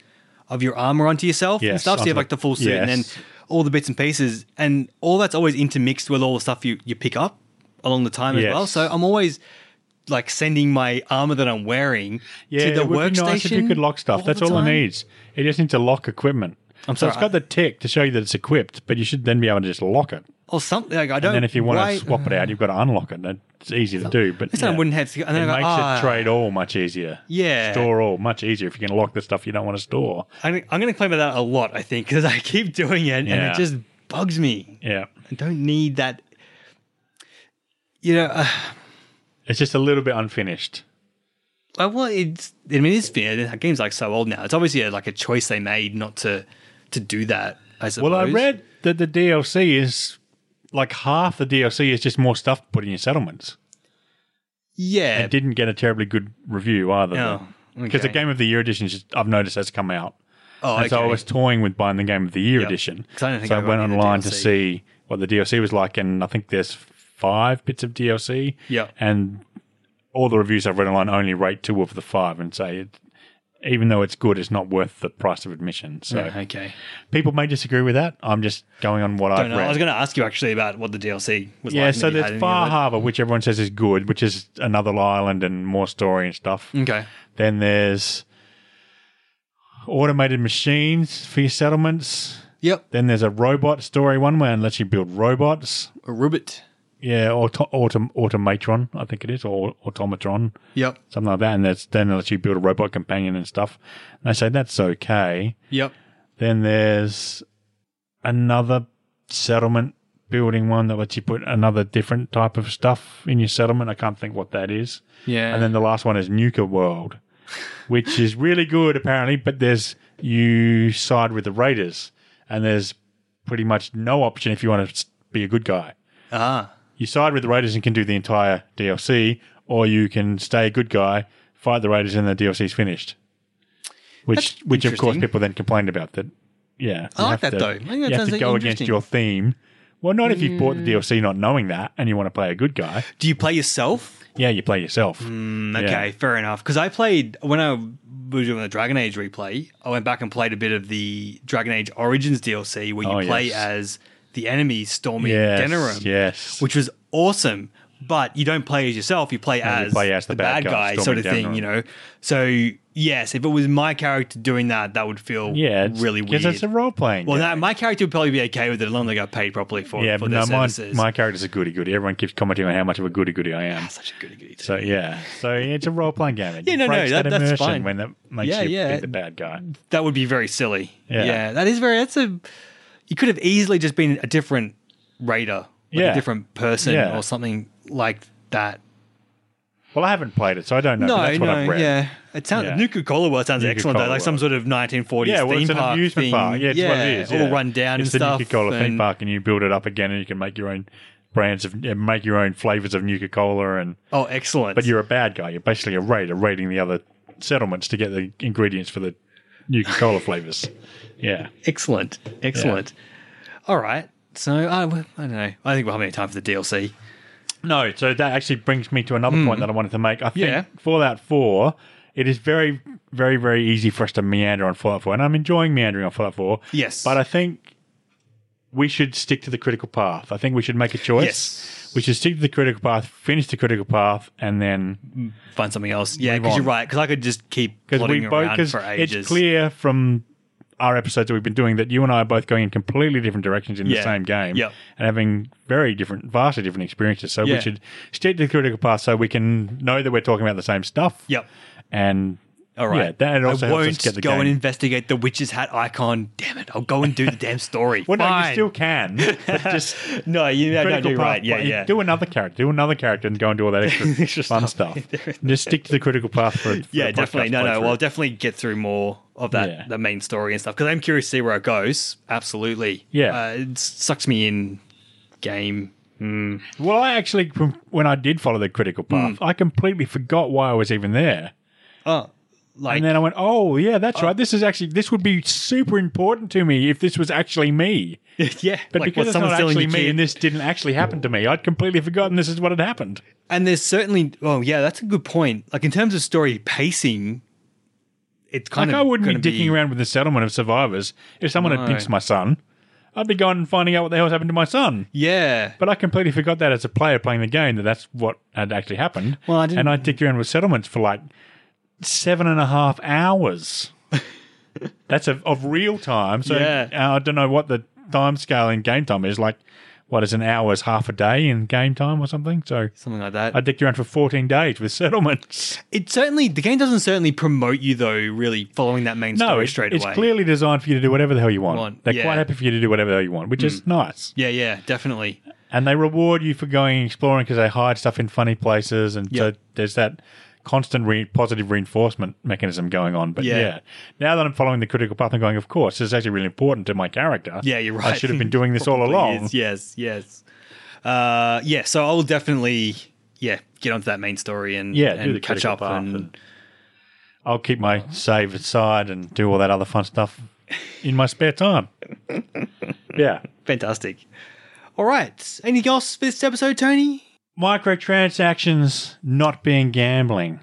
A: of your armor onto yourself and
B: Yes,
A: stuff. So you have
B: onto
A: like the full suit and then
B: yes.
A: all the bits and pieces, and all that's always intermixed with all the stuff you you pick up along the time as well.
B: Yes.
A: So I'm always like sending my armor that I'm wearing
B: yeah,
A: to the
B: it would be
A: workstation.
B: nice if you could lock stuff. That's
A: the
B: all
A: time.
B: it needs. It just needs to lock equipment.
A: I'm
B: so
A: sorry,
B: it's got the tick to show you that it's equipped, but you should then be able to just lock it.
A: or something. Like, I don't.
B: And then if you want
A: why-
B: to swap it out, you've got to unlock it. That's easy to do, but
A: this time I
B: yeah.
A: wouldn't have. To, and
B: it
A: then I
B: makes
A: go, ah,
B: it trade all much easier.
A: Yeah.
B: store all much easier if you can lock the stuff you don't want to store.
A: I'm, I'm going to claim that a lot, I think, because I keep doing it and
B: Yeah.
A: it just bugs me.
B: Yeah,
A: I don't need that. you know, uh,
B: It's just a little bit unfinished.
A: I- well, it's. I mean, it's fair. The game's like so old now. It's obviously a, like a choice they made not to to do that. I suppose.
B: Well, I read that the DLC is like half the DLC is just more stuff to put in your settlements.
A: Yeah,
B: It didn't get a terribly good review either.
A: Oh,
B: Because the
A: okay.
B: Game of the Year edition, just, I've noticed has come out.
A: Oh,
B: and so I
A: okay.
B: was toying with buying the Game of the Year edition.
A: 'Cause I don't think
B: so I
A: I've
B: went
A: got any of the
B: online to
A: DLC.
B: see what the DLC was like, and I think there's five bits of DLC.
A: Yeah.
B: And all the reviews I've read online only rate two of the five and say, it, even though it's good, it's not worth the price of admission. So
A: Yeah, okay.
B: people may disagree with that. I'm just going on what
A: I,
B: I've
A: know.
B: read.
A: I was going to ask you actually about what the DLC was
B: yeah,
A: like.
B: so
A: and if you had
B: there's
A: any
B: Far
A: of
B: Harbor, which everyone says is good, which is another island and more story and stuff.
A: it. Okay.
B: Then there's automated machines for your settlements.
A: Yep.
B: Then there's a robot story one where it lets you build robots.
A: A Rubit.
B: Yeah, auto, autom, automatron, I think it is, or automatron,
A: Yep.
B: something like that. And that's, then it lets you build a robot companion and stuff. And they say that's okay.
A: Yep.
B: Then there's another settlement building one that lets you put another different type of stuff in your settlement. I can't think what that is.
A: Yeah.
B: And then the last one is Nuka World, which is really good apparently, but there's you side with the Raiders and there's pretty much no option if you want to be a good guy.
A: ah.
B: You side with the Raiders and can do the entire DLC or you can stay a good guy, fight the Raiders and the DLC's finished. Which
A: That's
B: which of course
A: interesting.
B: people then complained about that. Yeah. you
A: like
B: have
A: that
B: to-
A: though. I think that
B: you have
A: sounds
B: to
A: like
B: go against
A: interesting. Mm.
B: your theme. Well, not if you bought the DLC not knowing that and you want to play a good guy.
A: Do you play yourself?
B: Yeah, you play yourself.
A: Mm, okay, fair enough. Because I played when I was doing the Dragon Age replay. I went back and played a bit of the Dragon Age Origins DLC where you
B: Oh,
A: play
B: yes.
A: as the enemy Stormy
B: Yes,
A: Denerim,
B: yes.
A: which was awesome. But you don't play as yourself; you play,
B: you
A: as,
B: play as
A: the, bad, guy, sort
B: Stormy
A: of thing. You
B: Denerim.
A: know. So yes, if it was my character doing that, that would feel
B: Yeah, it's,
A: really weird.
B: because it's a role playing.
A: well, no, my character would probably be okay with it as long as they got paid properly for
B: yeah,
A: for
B: but
A: their
B: no, my,
A: services.
B: my character's a goody goody. Everyone keeps commenting on how much of a goody goody I am.
A: That's such a good
B: So yeah, so it's a role playing game. It
A: Yeah, no, no,
B: breaks
A: that- that's
B: immersion
A: fine.
B: when that makes
A: Yeah,
B: you
A: yeah.
B: be the bad guy.
A: that would be very silly.
B: Yeah.
A: Yeah. that is very. That's a. You could have easily just been a different raider, like
B: Yeah.
A: a different person
B: Yeah.
A: or something like that.
B: Well, I haven't played it, so I don't know. but
A: No,
B: that's what
A: no,
B: I've read.
A: yeah. It sounds
B: Yeah.
A: Nuka Cola World sounds
B: Nuka
A: excellent
B: Cola
A: though, like some
B: World.
A: sort of 1940s
B: Yeah, well,
A: theme
B: it's an
A: park
B: amusement
A: thing.
B: park. Yeah, it's what it is.
A: all
B: yeah.
A: run down
B: it's
A: and
B: the
A: stuff.
B: Nuka Cola theme
A: and-
B: park, and you build it up again, and you can make your own brands of, and make your own flavors of Nuka Cola, and
A: Oh, excellent!
B: but you're a bad guy. You're basically a raider raiding the other settlements to get the ingredients for the Nuka Cola flavors. Yeah.
A: excellent, excellent. All right, so I, I don't know. I think we'll have any time for the DLC.
B: No, so that actually brings me to another point that I wanted to make. I think
A: Hmm. Yeah.
B: Fallout 4, it is very, very, very easy for us to meander on Fallout 4, and I'm enjoying meandering on Fallout 4.
A: Yes.
B: But I think we should stick to the critical path. I think we should make a choice.
A: Yes.
B: We should stick to the critical path, finish the critical path, and then
A: Find something else. Yeah,
B: Move
A: because you're
B: on.
A: right. Because I could just keep
B: because we
A: plodding
B: both
A: around
B: because
A: for ages.
B: it's clear from our episodes that we've been doing that you and I are both going in completely different directions in the
A: Yeah.
B: same game
A: Yep.
B: and having very different, vastly different experiences. So we
A: Yeah.
B: should stick to the critical path so we can know that we're talking about the same stuff.
A: Yep.
B: And
A: All right.
B: yeah, that also
A: I
B: helps
A: won't
B: us get the
A: go
B: game.
A: and investigate the witch's hat icon. Damn it! I'll go and do the damn story.
B: well, no, you
A: Fine.
B: still can. but just
A: no, you no, no,
B: critical
A: you're
B: path,
A: right. Yeah,
B: but
A: yeah.
B: Do another character, do another character, and go and do all that extra,
A: Extra
B: fun stuff.
A: stuff.
B: just stick to the critical path for, for
A: yeah,
B: the podcast
A: definitely. No, no.
B: playthrough.
A: Well, definitely get through more of that
B: Yeah.
A: the main story and stuff because I'm curious to see where it goes. Absolutely.
B: Yeah.
A: Uh, it sucks me in game.
B: Well, I actually, when I did follow the critical
A: Hmm.
B: path, I completely forgot why I was even there.
A: Oh, like
B: And then I went, oh, yeah, that's right. This is actually, this would be super important to me if this was actually me.
A: yeah,
B: But
A: like,
B: because
A: was
B: it's not
A: stealing
B: actually
A: your
B: me
A: kid?
B: and this didn't actually happen to me, I'd completely forgotten this is what had happened.
A: And there's certainly, oh yeah, that's a good point. Like in terms of story pacing, it's kind
B: Like,
A: of
B: I wouldn't be
A: gonna
B: dicking around with the settlement of survivors if someone had
A: No.
B: pinched my son. I'd be going and finding out what the hell's happened to my son.
A: Yeah,
B: But I completely forgot that as a player playing the game that that's what had actually happened.
A: Well, I didn't-
B: and I dicked around with settlements for like seven and a half hours. that's of, of real time. So
A: Yeah.
B: uh, I don't know what the time scale in game time is. Like, what is an hour is half a day in game time or something? So
A: something like that.
B: I dicked around for 14 days with settlements.
A: It certainly the game doesn't certainly promote you though. Really following that main
B: No,
A: story
B: it's,
A: straight
B: it's
A: away.
B: clearly designed for you to do whatever the hell you want.
A: Want,
B: They're
A: yeah. Mm.
B: quite happy for you to do whatever the hell you want, which is nice.
A: Yeah, yeah, definitely.
B: And they reward you for going exploring because they hide stuff in funny places, and
A: Yep.
B: so there's that constant re- positive reinforcement mechanism going on. But
A: Yeah.
B: yeah. now that I'm following the critical path, I'm going, of course, this is actually really important to my character.
A: Yeah, you're right.
B: I should have been doing this all
A: Probably
B: along.
A: is. Yes, yes. Uh, yeah, so I'll definitely yeah get onto that main story and
B: Yeah, do the
A: and catch
B: critical
A: up
B: path
A: and,
B: and- I'll keep my save aside and do all that other fun stuff in my spare time. yeah.
A: fantastic. All right, anything else for this episode, Tony?
B: Microtransactions not being gambling.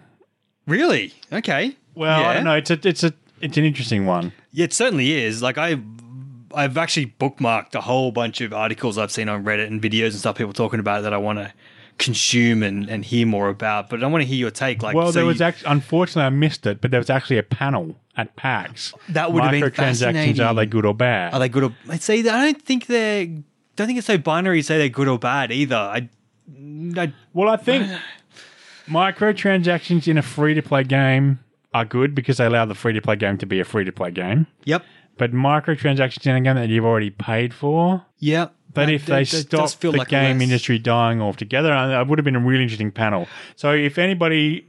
A: Really? Okay.
B: Well,
A: Yeah.
B: I don't know. It's a, it's a, it's an interesting one.
A: Yeah, it certainly is. Like I, I've actually bookmarked a whole bunch of articles I've seen on Reddit and videos and stuff. People talking about it that I want to consume and, and hear more about. But I want to hear your take. Like,
B: Well,
A: so
B: there was
A: you-
B: actually, unfortunately, I missed it, but there was actually a panel at PAX.
A: That would have been
B: Microtransactions, are they
A: fascinating.
B: good or bad?
A: Are they good or? I'd say that I don't think they're. Don't think it's so binary. to Say they're good or bad either. I, I
B: well, I think microtransactions in a free to play game are good because they allow the free to play game to be a free to play game.
A: yep,
B: But microtransactions in a game that you've already paid for,
A: yep.
B: But
A: That-
B: if they
A: that- that
B: stop
A: does feel
B: the
A: like
B: game
A: less-
B: industry dying altogether, I- it would have been a really interesting panel. So if anybody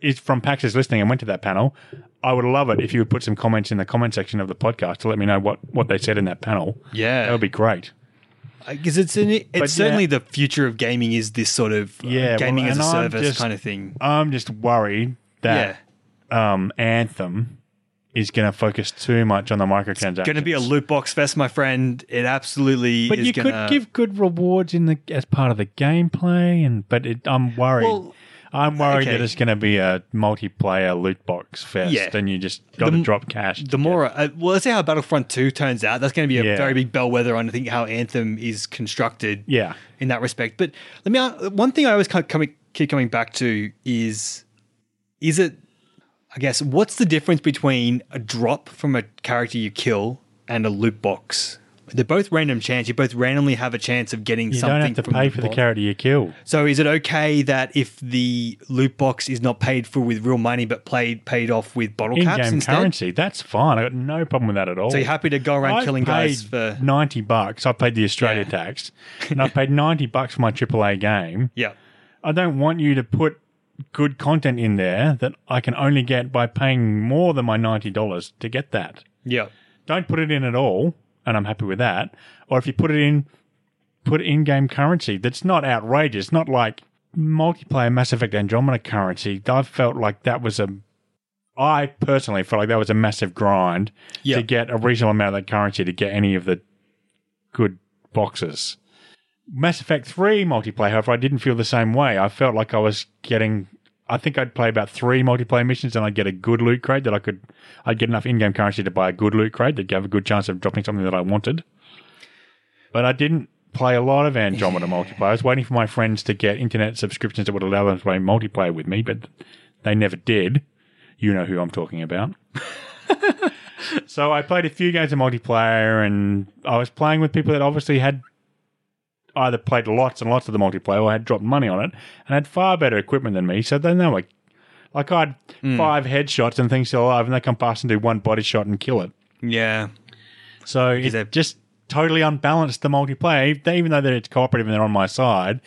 B: is from PAX is listening and went to that panel, I would love it if you would put some comments in the comment section of the podcast to let me know what, what they said in that panel.
A: yeah,
B: That would be great.
A: because it's an, it's
B: But,
A: certainly
B: yeah.
A: the future of gaming is this sort of uh,
B: Yeah, well,
A: gaming as a
B: and I'm
A: service
B: just-
A: kind of thing.
B: I'm just worried
A: Yeah,
B: that um, Anthem is going to focus too much on the microtransactions.
A: going to be a loot box fest, my friend. It absolutely.
B: but
A: is
B: you could
A: gonna,
B: give good rewards in the as part of the gameplay, and but it, I'm worried.
A: Well,
B: I'm worried
A: okay.
B: that it's going to be a multiplayer loot box fest,
A: Yeah.
B: and you just got to
A: m-
B: drop cash.
A: the more uh, well let's see how battlefront 2 turns out that's going to be a
B: Yeah.
A: very big bellwether on i think how anthem is constructed
B: Yeah.
A: in that respect but let me ask, one thing i always kind of coming, keep coming back to is is it i guess what's the difference between a drop from a character you kill and a loot box they're both random chance you both randomly have a chance of getting
B: you
A: something
B: don't have to
A: from
B: pay for the
A: box.
B: character you kill.
A: So is it okay that if the loot box is not paid for with real money but played paid off with bottle caps
B: In-game
A: instead?
B: currency, that's fine. I got no problem with that at all.
A: So you're happy to go around
B: I
A: killing guys
B: paid
A: for
B: ninety bucks. I paid the Australia
A: Yeah.
B: tax, and I paid ninety bucks for my AAA game.
A: Yeah.
B: I don't want you to put good content in there that I can only get by paying more than my ninety dollars to get that.
A: Yeah.
B: don't put it in at all, and I'm happy with that. Or if you put it in, put in-game currency that's not outrageous, not like multiplayer Mass Effect Andromeda currency. I felt like that was a, I personally felt like that was a massive grind
A: Yeah.
B: to get a reasonable amount of that currency to get any of the good boxes. Mass Effect 3 multiplayer, however, I didn't feel the same way. I felt like I was getting. I think I'd play about three multiplayer missions and I'd get a good loot crate that I could. I'd get enough in game currency to buy a good loot crate that gave a good chance of dropping something that I wanted. But I didn't play a lot of Andromeda multiplayer. I was waiting for my friends to get internet subscriptions that would allow them to play multiplayer with me, but they never did. You know who I'm talking about. so I played a few games of multiplayer and I was playing with people that obviously had either played lots and lots of the multiplayer or had dropped money on it and had far better equipment than me. So then they were like, I had five headshots and things still alive, and they come past and do one body shot and kill it.
A: Yeah.
B: So it
A: they're-
B: just totally unbalanced the multiplayer. They, even though that it's cooperative and they're on my side,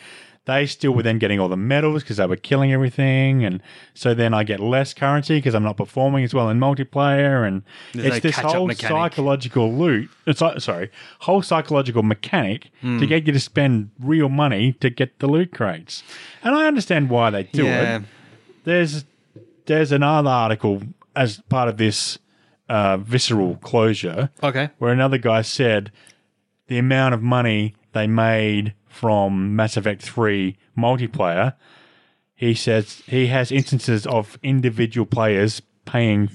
B: they still were then getting all the medals because they were killing everything, and so then I get less currency because I'm not performing as well in multiplayer, and
A: There's
B: it's
A: no
B: this
A: catch-up
B: whole
A: mechanic.
B: psychological loot. It's like- sorry, whole psychological mechanic
A: Hmm.
B: to get you to spend real money to get the loot crates, and I understand why they do
A: yeah.
B: it there's there's another article as part of this uh, visceral closure
A: Okay.
B: where another guy said the amount of money they made from Mass Effect 3 multiplayer he says he has instances of individual players paying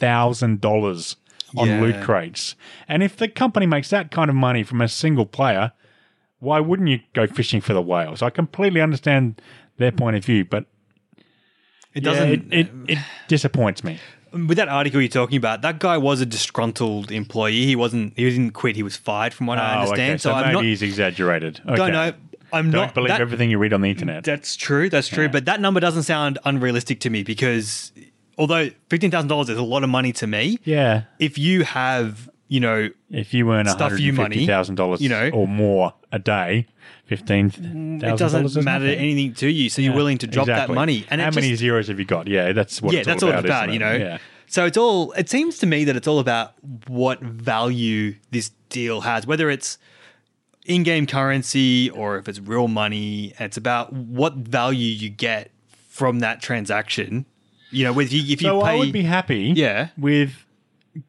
B: $15,000 on
A: Yeah.
B: loot crates and if the company makes that kind of money from a single player why wouldn't you go fishing for the whales i completely understand their point of view but
A: It
B: yeah,
A: doesn't. um,
B: it, it, it disappoints me.
A: with that article you're talking about, that guy was a disgruntled employee. He wasn't. He didn't quit. He was fired, from what I understand.
B: Oh, okay.
A: So,
B: So,
A: I'm
B: maybe
A: not.
B: he's exaggerated. Okay.
A: Don't know. I'm
B: Don't
A: not.
B: believe
A: that-
B: everything you read on the internet.
A: That's true. That's true. But that number doesn't sound unrealistic to me because although fifteen thousand dollars is a lot of money to me,
B: yeah.
A: if you have you know,
B: If you earn
A: Stuff you money,
B: $150,000
A: you know. Mm,
B: or more a day, 15000
A: it doesn't matter anything to you. So you're willing to drop that money.
B: And
A: it
B: How
A: just-
B: many zeros have you got? Yeah, that's what
A: yeah,
B: it's
A: that's
B: all
A: all
B: about,
A: it's about,
B: isn't
A: you know.
B: it? Yeah.
A: So it's all. It seems to me that it's all about what value this deal has, whether it's in-game currency or if it's real money. It's about what value you get from that transaction. You know, with you if you
B: So
A: pay,
B: I would be happy
A: Yeah.
B: with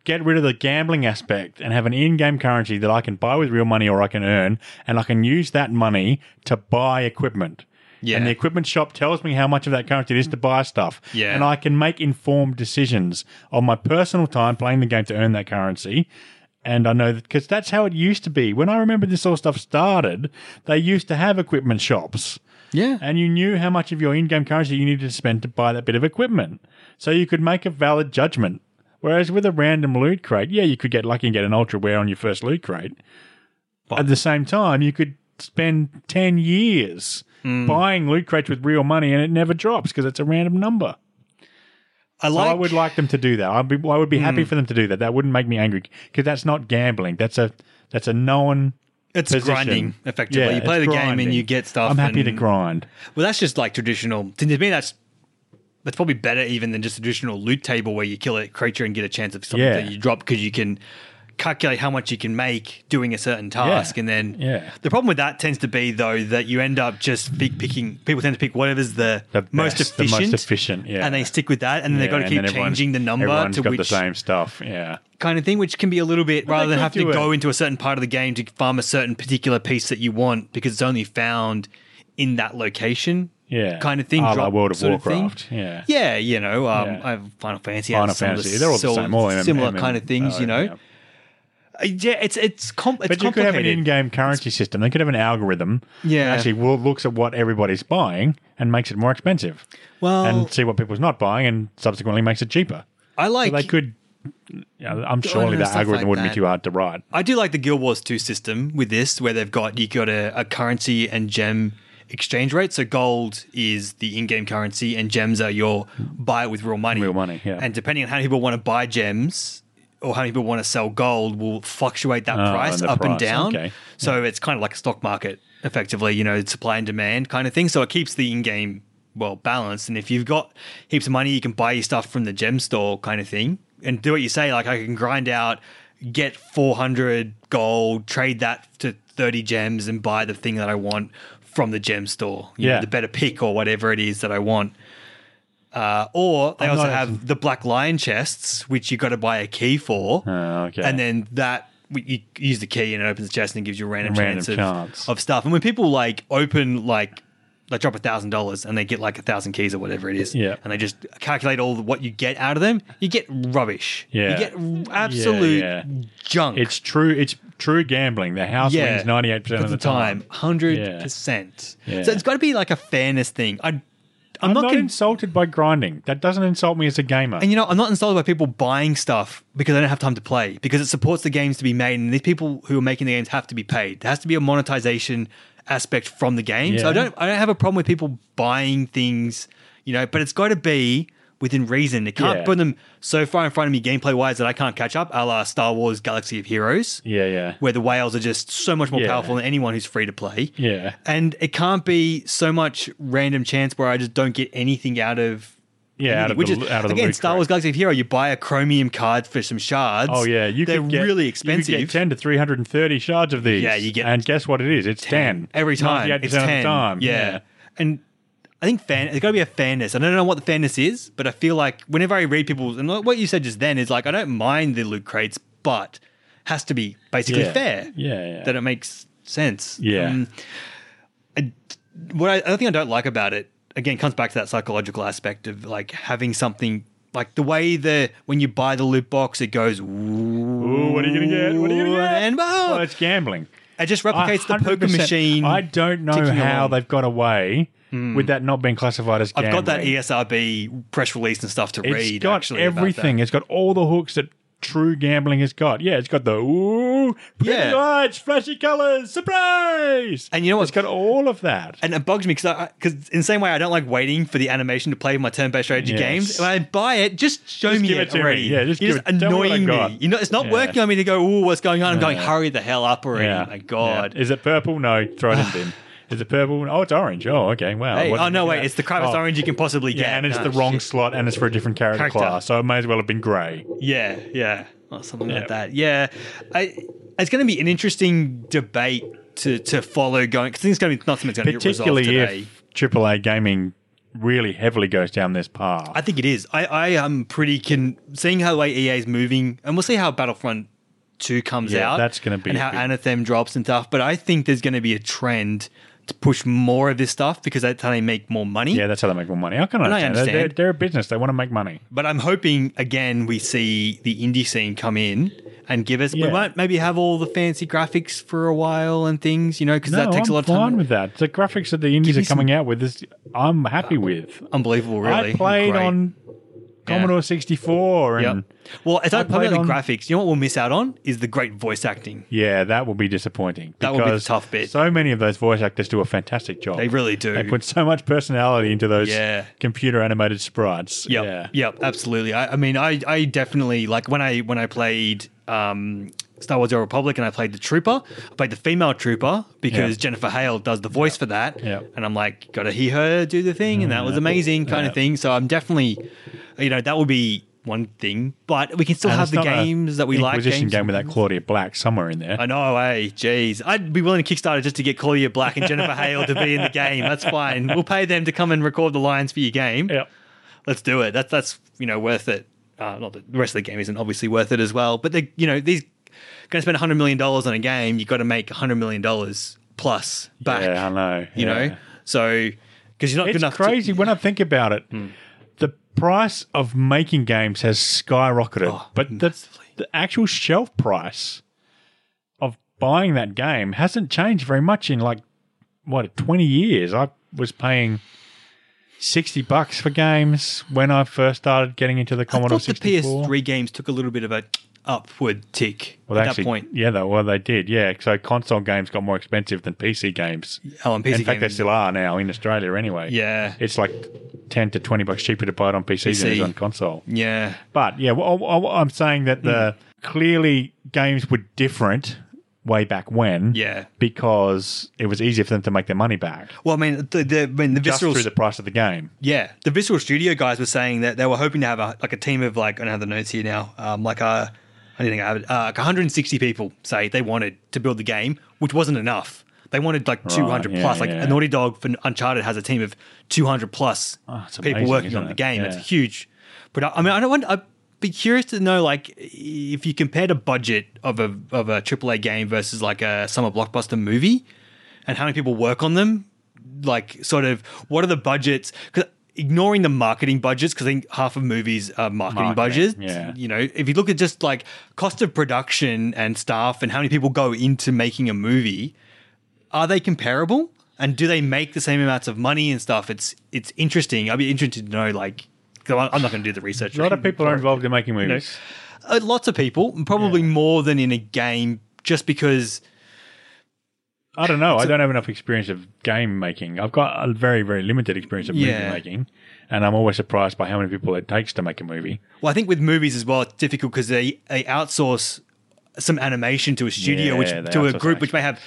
B: get rid of the gambling aspect and have an in-game currency that I can buy with real money or I can earn and I can use that money to buy equipment.
A: Yeah.
B: And the equipment shop tells me how much of that currency it is to buy stuff.
A: Yeah.
B: And I can make informed decisions on my personal time playing the game to earn that currency. And I know that because that's how it used to be. When I remember this sort of stuff started, they used to have equipment shops
A: yeah,
B: and you knew how much of your in-game currency you needed to spend to buy that bit of equipment, so you could make a valid judgment. Whereas with a random loot crate, yeah, you could get lucky and get an ultra rare on your first loot crate. But at the same time, you could spend ten years
A: Hmm.
B: buying loot crates with real money, and it never drops because it's a random number.
A: I
B: So
A: like. Hmm.
B: I would like them to do that. I'd be, I would be happy for them to do that. That wouldn't make me angry because that's not gambling. That's a that's a known.
A: it's
B: position.
A: grinding effectively.
B: Yeah,
A: you play the
B: it's
A: game
B: grinding.
A: and you get stuff.
B: I'm happy to
A: and-
B: grind.
A: Well, that's just like traditional. To me, that's that's probably better even than just a traditional loot table where you kill a creature and get a chance of something
B: Yeah.
A: that you drop because you can calculate how much you can make doing a certain task, and then
B: Yeah.
A: The problem with that tends to be though that you end up just pick, picking. People tend to pick whatever's the,
B: The
A: most
B: best, the
A: efficient,
B: most efficient, yeah.
A: and they stick with that, and then
B: Yeah,
A: they've got to
B: and
A: keep
B: then everyone-
A: changing the number
B: everyone's
A: to
B: got
A: which
B: the same stuff. Yeah,
A: kind of thing, which can be a little bit rather than
B: could
A: have
B: do
A: to
B: it.
A: go into a certain part of the game to farm a certain particular piece that you want because it's only found in that location.
B: yeah,
A: Kind of thing.
B: Ah,
A: drop
B: like World of
A: sort thing.
B: Warcraft. yeah,
A: Yeah, you know, um,
B: Yeah.
A: I have Final Fantasy.
B: Final
A: has some of
B: Fantasy. They're all the
A: sil-
B: same. All M-
A: similar
B: M-
A: kind of things,
B: oh,
A: you know.
B: yeah.
A: Uh, Yeah, it's it's, com- it's
B: But you could have an
A: complicated.
B: in-game currency system. They could have an algorithm
A: Yeah.
B: that actually wo- looks at what everybody's buying and makes it more expensive.
A: Well-
B: and see what people's not buying and subsequently makes it cheaper.
A: I like.
B: So they could. Yeah, I'm surely
A: know,
B: that
A: stuff
B: algorithm
A: like
B: wouldn't
A: that.
B: be too hard to write.
A: I do like the Guild Wars 2 system with this, where they've got you got a, a currency and gem exchange rate. So gold is the in-game currency, and gems are your buy it with real money.
B: Real money, yeah.
A: And depending on how many people want to buy gems or how many people want to sell gold, will fluctuate that
B: Oh,
A: price
B: and the
A: up and
B: price,
A: down.
B: okay.
A: So it's kind of like a stock market, effectively. You know, it's supply and demand kind of thing. So it keeps the in-game well balanced. And if you've got heaps of money, you can buy your stuff from the gem store kind of thing, and do what you say. Like I can grind out, get four hundred gold, trade that to thirty gems, and buy the thing that I want from the gem store. You know,
B: Yeah.
A: the better pick or whatever it is that I want. Uh, or they
B: I'm
A: also
B: not
A: have the black lion chests, which you got to buy a key for,
B: Oh, okay.
A: and then that you use the key and it opens the chest and gives you a random,
B: Random
A: chance, of,
B: chance.
A: of stuff. And when people like open like they drop a thousand dollars and they get like a thousand keys or whatever it is,
B: Yeah.
A: and they just calculate all the, what you get out of them, you get rubbish.
B: Yeah.
A: you get r- absolute
B: yeah.
A: junk.
B: It's true. It's true gambling. The house
A: Yeah.
B: wins 98 percent
A: at
B: of
A: the time, hundred percent.
B: Yeah.
A: So it's got to be like a fairness thing. I, I'm,
B: I'm
A: not,
B: not,
A: con-
B: insulted by grinding. That doesn't insult me as a gamer.
A: And you know, I'm not insulted by people buying stuff because they don't have time to play because it supports the games to be made, and these people who are making the games have to be paid. There has to be a monetization aspect from the game. So I
B: Yeah.
A: don't, I don't have a problem with people buying things, you know, but it's got to be within reason. It can't
B: Yeah.
A: put them so far in front of me gameplay wise that I can't catch up, a la Star Wars Galaxy of Heroes,
B: yeah, yeah.
A: where the whales are just so much more
B: Yeah.
A: powerful than anyone who's free to play.
B: Yeah.
A: And it can't be so much random chance where I just don't get anything out of
B: Yeah, out of
A: which
B: the,
A: is
B: out of the
A: again
B: loot
A: Star
B: crate.
A: Wars Galaxy of Hero. You buy a chromium card for some shards.
B: Oh yeah, you
A: they're
B: could get,
A: really
B: you could
A: expensive.
B: get ten to three hundred and thirty shards of these.
A: Yeah, you get-
B: and guess what? It is. It's ten,
A: every time.
B: 98%
A: It's
B: of the
A: ten.
B: time.
A: Yeah. and I think fan. There's got to be a fairness. I don't know what the fairness is, but I feel like whenever I read people and like what you said just then is like I don't mind the loot crates, but has to be basically
B: Yeah.
A: fair.
B: Yeah, yeah.
A: that it makes sense. Um,
B: Yeah.
A: I, what I, other thing I don't like about it again comes back to that psychological aspect of like having something like the way the when you buy the loot box it goes ooh
B: Ooh, what are you gonna get? What are you gonna get?
A: and oh,
B: Well, it's gambling.
A: it just replicates the poker
B: 100%.
A: machine
B: I don't know
A: ticking
B: how
A: along. Hmm.
B: they've got away with that not being classified as
A: I've E
B: gambling.
A: got that ESRB press release and stuff to
B: It's
A: read
B: got
A: actually about that.
B: everything. It's got all the hooks that true gambling has got. Yeah, it's got the ooh, pretty
A: Yeah.
B: lights, flashy colors, surprise.
A: And you know what's
B: it's got all of that.
A: and it bugs me because because in the same way I don't like waiting for the animation to play my turn-based strategy
B: Yes.
A: games. When I buy it, just show
B: Just
A: me
B: give
A: it,
B: it to me.
A: already.
B: Yeah, just
A: You're
B: give
A: just
B: it- tell me what I
A: annoying me.
B: got.
A: You know, it's not
B: Yeah.
A: working on me to go. Oh, what's going on? I'm going.
B: Yeah.
A: Hurry the hell up already! Oh, My God.
B: Yeah. Is it purple? No, throw it in the bin. Is it purple? Oh, it's orange. Oh, okay. Wow.
A: Hey,
B: Wasn't
A: oh no!
B: thinking
A: Wait,
B: that.
A: it's the crappiest
B: Oh,
A: orange you can possibly get.
B: Yeah, and it's
A: Oh,
B: the wrong
A: shit.
B: slot, and it's for a different character,
A: Character.
B: class, so it may as well have been grey.
A: Yeah, yeah, or something like
B: Yeah.
A: that. Yeah, I, it's going to be an interesting debate to to follow going because I think it's going to be not something that's going to get resolved
B: Particularly
A: today.
B: if AAA gaming really heavily goes down this path.
A: I think it is. I, I am pretty con seeing how the way EA is moving, and we'll see how Battlefront Two comes
B: Yeah,
A: out.
B: that's gonna be
A: and
B: a
A: how
B: big-
A: Anathem drops and stuff. But I think there's going to be a trend to push more of this stuff because that's how they make more money.
B: yeah, that's how they make more money. I can
A: And I
B: understand. They're- They're,
A: understand.
B: they're a business; they want to make money.
A: But I'm hoping again we see the indie scene come in and give us.
B: Yeah.
A: We won't maybe have all the fancy graphics for a while and things, you know, because that takes
B: I'm
A: a lot of
B: fine
A: time.
B: with that. The graphics that the indies
A: Give
B: are
A: me some-
B: coming out with is I'm happy with.
A: Unbelievable, really.
B: I played
A: Great.
B: on Commodore 64,
A: Yep.
B: and
A: Well, it's not
B: played
A: played on
B: on-
A: the graphics. You know what we'll miss out on is the great voice acting.
B: yeah, that will be disappointing.
A: That will be the
B: because
A: tough bit.
B: So many of those voice actors do a fantastic job.
A: They really do.
B: They put so much personality into those
A: Yeah.
B: computer animated sprites.
A: Yep.
B: Yeah.
A: Yep. Absolutely. I, I mean, I, I definitely like when I when I played um, Star Wars: The Old Republic and I played the Trooper. I played the female Trooper because
B: Yeah.
A: Jennifer Hale does the voice for that.
B: Yeah. Mm,
A: And I'm like, got to hear her do the thing, and that was amazing, kind
B: Yeah.
A: of thing. So I'm definitely, you know, that would be one thing, but we can still
B: And
A: have
B: it's
A: the
B: not a
A: games that we like.
B: Inquisition
A: Games.
B: game with that Claudia Black somewhere in there.
A: I know, hey, jeez. I'd be willing to Kickstarter just to get Claudia Black and Jennifer Hale to be in the game. That's fine. We'll pay them to come and record the lines for your game
B: yeah.
A: let's do it. That's that's you know worth it. Uh, not that the rest of the game isn't obviously worth it as well, but they you know these going to spend hundred million dollars on a game, you got to make hundred million dollars plus back.
B: Yeah, I know.
A: You
B: Yeah.
A: know, so because you're not good
B: It's
A: enough. to- Hmm.
B: crazy when I think about it. The price of making games has skyrocketed,
A: Oh,
B: but the,
A: massively.
B: the actual shelf price of buying that game hasn't changed very much in like what twenty years. I was paying sixty bucks for games when I first started getting into the
A: I
B: Commodore
A: thought the
B: sixty four.
A: PS3 games took a little bit of a upward tick at that point.
B: yeah, though, well, they did, yeah. So console games got more expensive than PC games.
A: Oh, and PC
B: in fact, they
A: games.
B: still are now in Australia, anyway.
A: Yeah.
B: it's like ten to twenty bucks cheaper to buy it on PC, than it is
A: PC.
B: on console.
A: yeah,
B: But yeah, well, I- I- I'm saying that the clearly games were different way back when.
A: Yeah.
B: because it was easier for them to make their money back
A: well, I mean, the, the I mean, the
B: just
A: visceral
B: through the price of the game.
A: Yeah, the Visceral Studio guys were saying that they were hoping to have a, like a team of like I don't have the notes here now, um, like uh, I don't think I have it, uh, like 160 people say they wanted to build the game, which wasn't enough. They wanted like 200
B: yeah,
A: plus. Like
B: yeah.
A: Naughty Dog for Uncharted has a team of 200 plus
B: Oh, it's
A: people
B: amazing,
A: working
B: isn't
A: on the
B: it?
A: game. It's
B: Yeah.
A: huge. But uh, I mean, I don't want. I'd be curious to know like if you compare the budget of a of a AAA game versus like a summer blockbuster movie, and how many people work on them. Like, sort of, what are the budgets? 'Cause ignoring the marketing budgets, because I think half of movies are marketing,
B: Marketing,
A: budgets.
B: yeah.
A: You know, if you look at just like cost of production and staff and how many people go into making a movie, are they comparable? And do they make the same amounts of money and stuff? It's it's interesting. I'd be interested to know, like, 'cause I'm I'm not going to do the research.
B: A lot of people are involved in making movies.
A: Uh, lots of people, probably more than in a game, just because.
B: I don't know. I don't have enough experience of game making. I've got a very, very limited experience of
A: Yeah.
B: movie making, and I'm always surprised by how many people it takes to make a movie.
A: Well, I think with movies as well, it's difficult because they, they outsource some animation to a studio,
B: Yeah, they
A: which to a
B: outsource
A: group which may have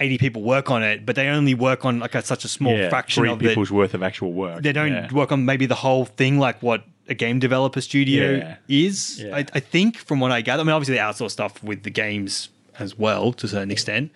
A: eighty people work on it, but they only work on like a, such a small fraction
B: three
A: of it.
B: people's worth of actual work.
A: They don't
B: Yeah.
A: work on maybe the whole thing, like what a game developer studio
B: Yeah.
A: is.
B: Yeah.
A: I, I think, from what I gather, I mean, obviously they outsource stuff with the games as well to a certain extent,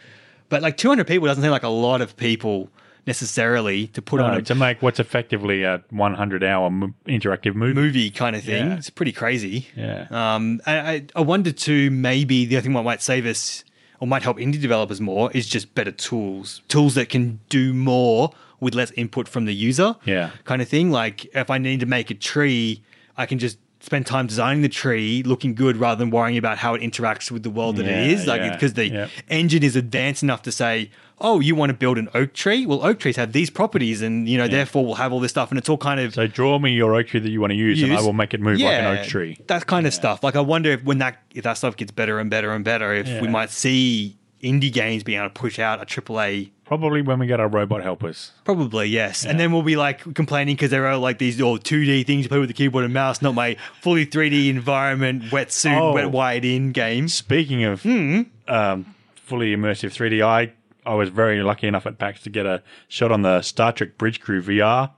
A: but like two hundred people doesn't seem like a lot of people necessarily to put on
B: No,
A: a
B: to make what's effectively a 100 hour m- interactive movie.
A: movie kind of thing.
B: Yeah.
A: It's pretty crazy.
B: Yeah.
A: Um, I, I, I wonder too, maybe the other thing that might save us or might help indie developers more is just better tools, tools that can do more with less input from the user.
B: Yeah.
A: Kind of thing. Like if I need to make a tree, I can just spend time designing the tree looking good rather than worrying about how it interacts with the world that it
B: Yeah,
A: is. Like
B: yeah,
A: because the
B: yeah.
A: engine is advanced enough to say, oh, you want to build an oak tree? Well, oak trees have these properties, and you know therefore we'll have all this stuff, and it's all kind of
B: So draw me your oak tree that you want to use, and I
A: use-
B: will make it move like an oak tree.
A: That kind of stuff. Like I wonder if when that if that stuff gets better and better and better, if we
B: Yeah.
A: might see indie games being able to push out a AAA.
B: Probably when we get our robot helpers.
A: Probably yes, and then we'll be like complaining because there are like these all two D things you play with the keyboard and mouse, not my fully three D environment wetsuit,
B: Oh.
A: wet wired in games.
B: Speaking of um, fully immersive 3D, I, I was very lucky enough at PAX to get a shot on the Star Trek Bridge Crew VR.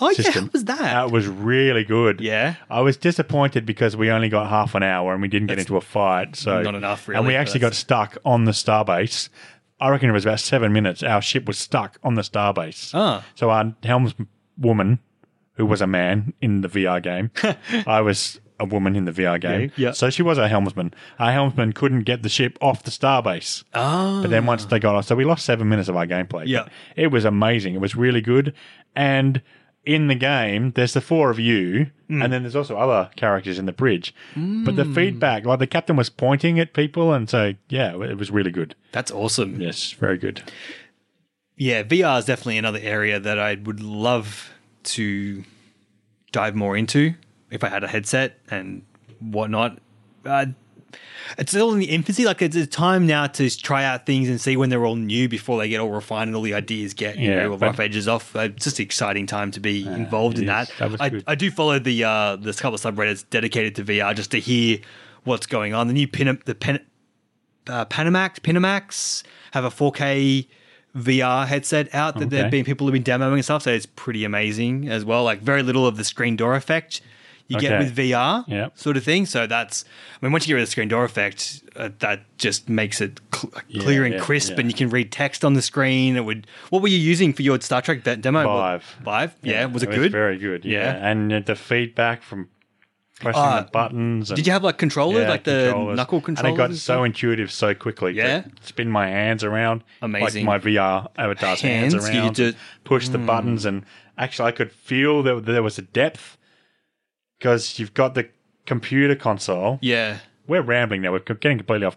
A: Oh yeah,
B: system.
A: how was that?
B: That was really good.
A: Yeah.
B: I was disappointed because we only got half an hour and we didn't get
A: That's
B: into a fight. So
A: not enough,
B: And
A: really,
B: we
A: for
B: actually
A: that.
B: got stuck on the starbase. I reckon it was about seven minutes. Our ship was stuck on the starbase.
A: Ah.
B: So our helmswoman, who was a man in the VR game, I was a woman in the VR game.
A: Yeah, yeah.
B: So she was our helmsman. Our helmsman couldn't get the ship off the starbase.
A: Ah.
B: But then once they got off, so we lost seven minutes of our gameplay. but
A: Yeah.
B: It was amazing. It was really good. And in the game, there's the four of you,
A: Mm.
B: and then there's also other characters in the bridge. But the feedback, like the captain was pointing at people, and so, yeah, it was really good.
A: that's awesome.
B: Yes, very good.
A: yeah, VR is definitely another area that I would love to dive more into if I had a headset and whatnot. Uh, it's still in the infancy. Like it's a time now to try out things and see when they're all new before they get all refined and all the ideas get you
B: Yeah,
A: know,
B: but-
A: rough edges off. Uh, it's just an exciting time to be involved in
B: it is.
A: that.
B: That was
A: I,
B: good.
A: I do follow the uh, there's a couple of subreddits dedicated to VR just to hear what's going on. The new pin the pin uh, Panamax, Pinamax have a 4K VR headset out that there've
B: Okay.
A: been people have been demoing and stuff. So it's pretty amazing as well. Like very little of the screen door effect you get
B: Okay.
A: with VR
B: Yeah.
A: sort of thing. So that's, I mean, once you get rid of the screen door effect, uh, that just makes it cl- clear and
B: yeah,
A: crisp,
B: yeah.
A: and you can read text on the screen. It would. What were you using for your Star Trek de- demo? What-
B: Vive.
A: Vive. Yeah. Was it, good?
B: was very good. Yeah.
A: Yeah.
B: And the feedback from pressing
A: Uh,
B: the buttons. And
A: Did you have like controllers,
B: Yeah,
A: like the
B: controllers.
A: knuckle controllers?
B: And it got
A: and
B: so
A: stuff?
B: intuitive so quickly. to
A: Yeah?
B: spin my hands around.
A: Amazing.
B: Like my VR avatar's hands,
A: Hands, you
B: around.
A: could do- Hmm.
B: push the buttons, and actually, I could feel that there was a depth because you've got the computer console.
A: yeah.
B: We're rambling now. We're getting completely off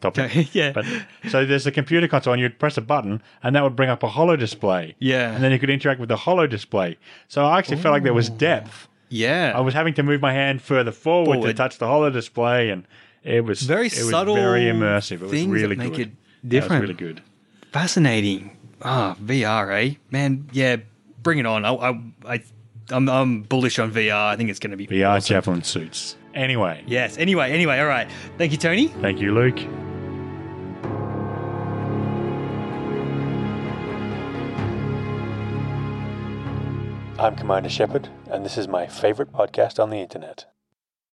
B: topic.
A: Yeah.
B: But so there's the computer console, and you'd press a button, and that would bring up a hollow display.
A: Yeah.
B: And then you could interact with the hollow display. So I actually felt like there was depth.
A: Yeah.
B: I was having to move my hand further forward, to
A: Forward.
B: touch the holo display, and it was
A: Very
B: it was
A: subtle
B: very immersive. It was
A: things that
B: really
A: make
B: good.
A: it
B: That
A: different.
B: was really good.
A: Fascinating. Ah, VR, eh? Man, yeah, bring it on. I, I, I I'm, I'm bullish on VR. I think it's going to be.
B: VR javelin suits. Anyway,
A: Yes. Anyway, anyway, all right. Thank you, Tony.
B: thank you, Luke. I'm Commander Shepard, and this is my favorite podcast on the internet.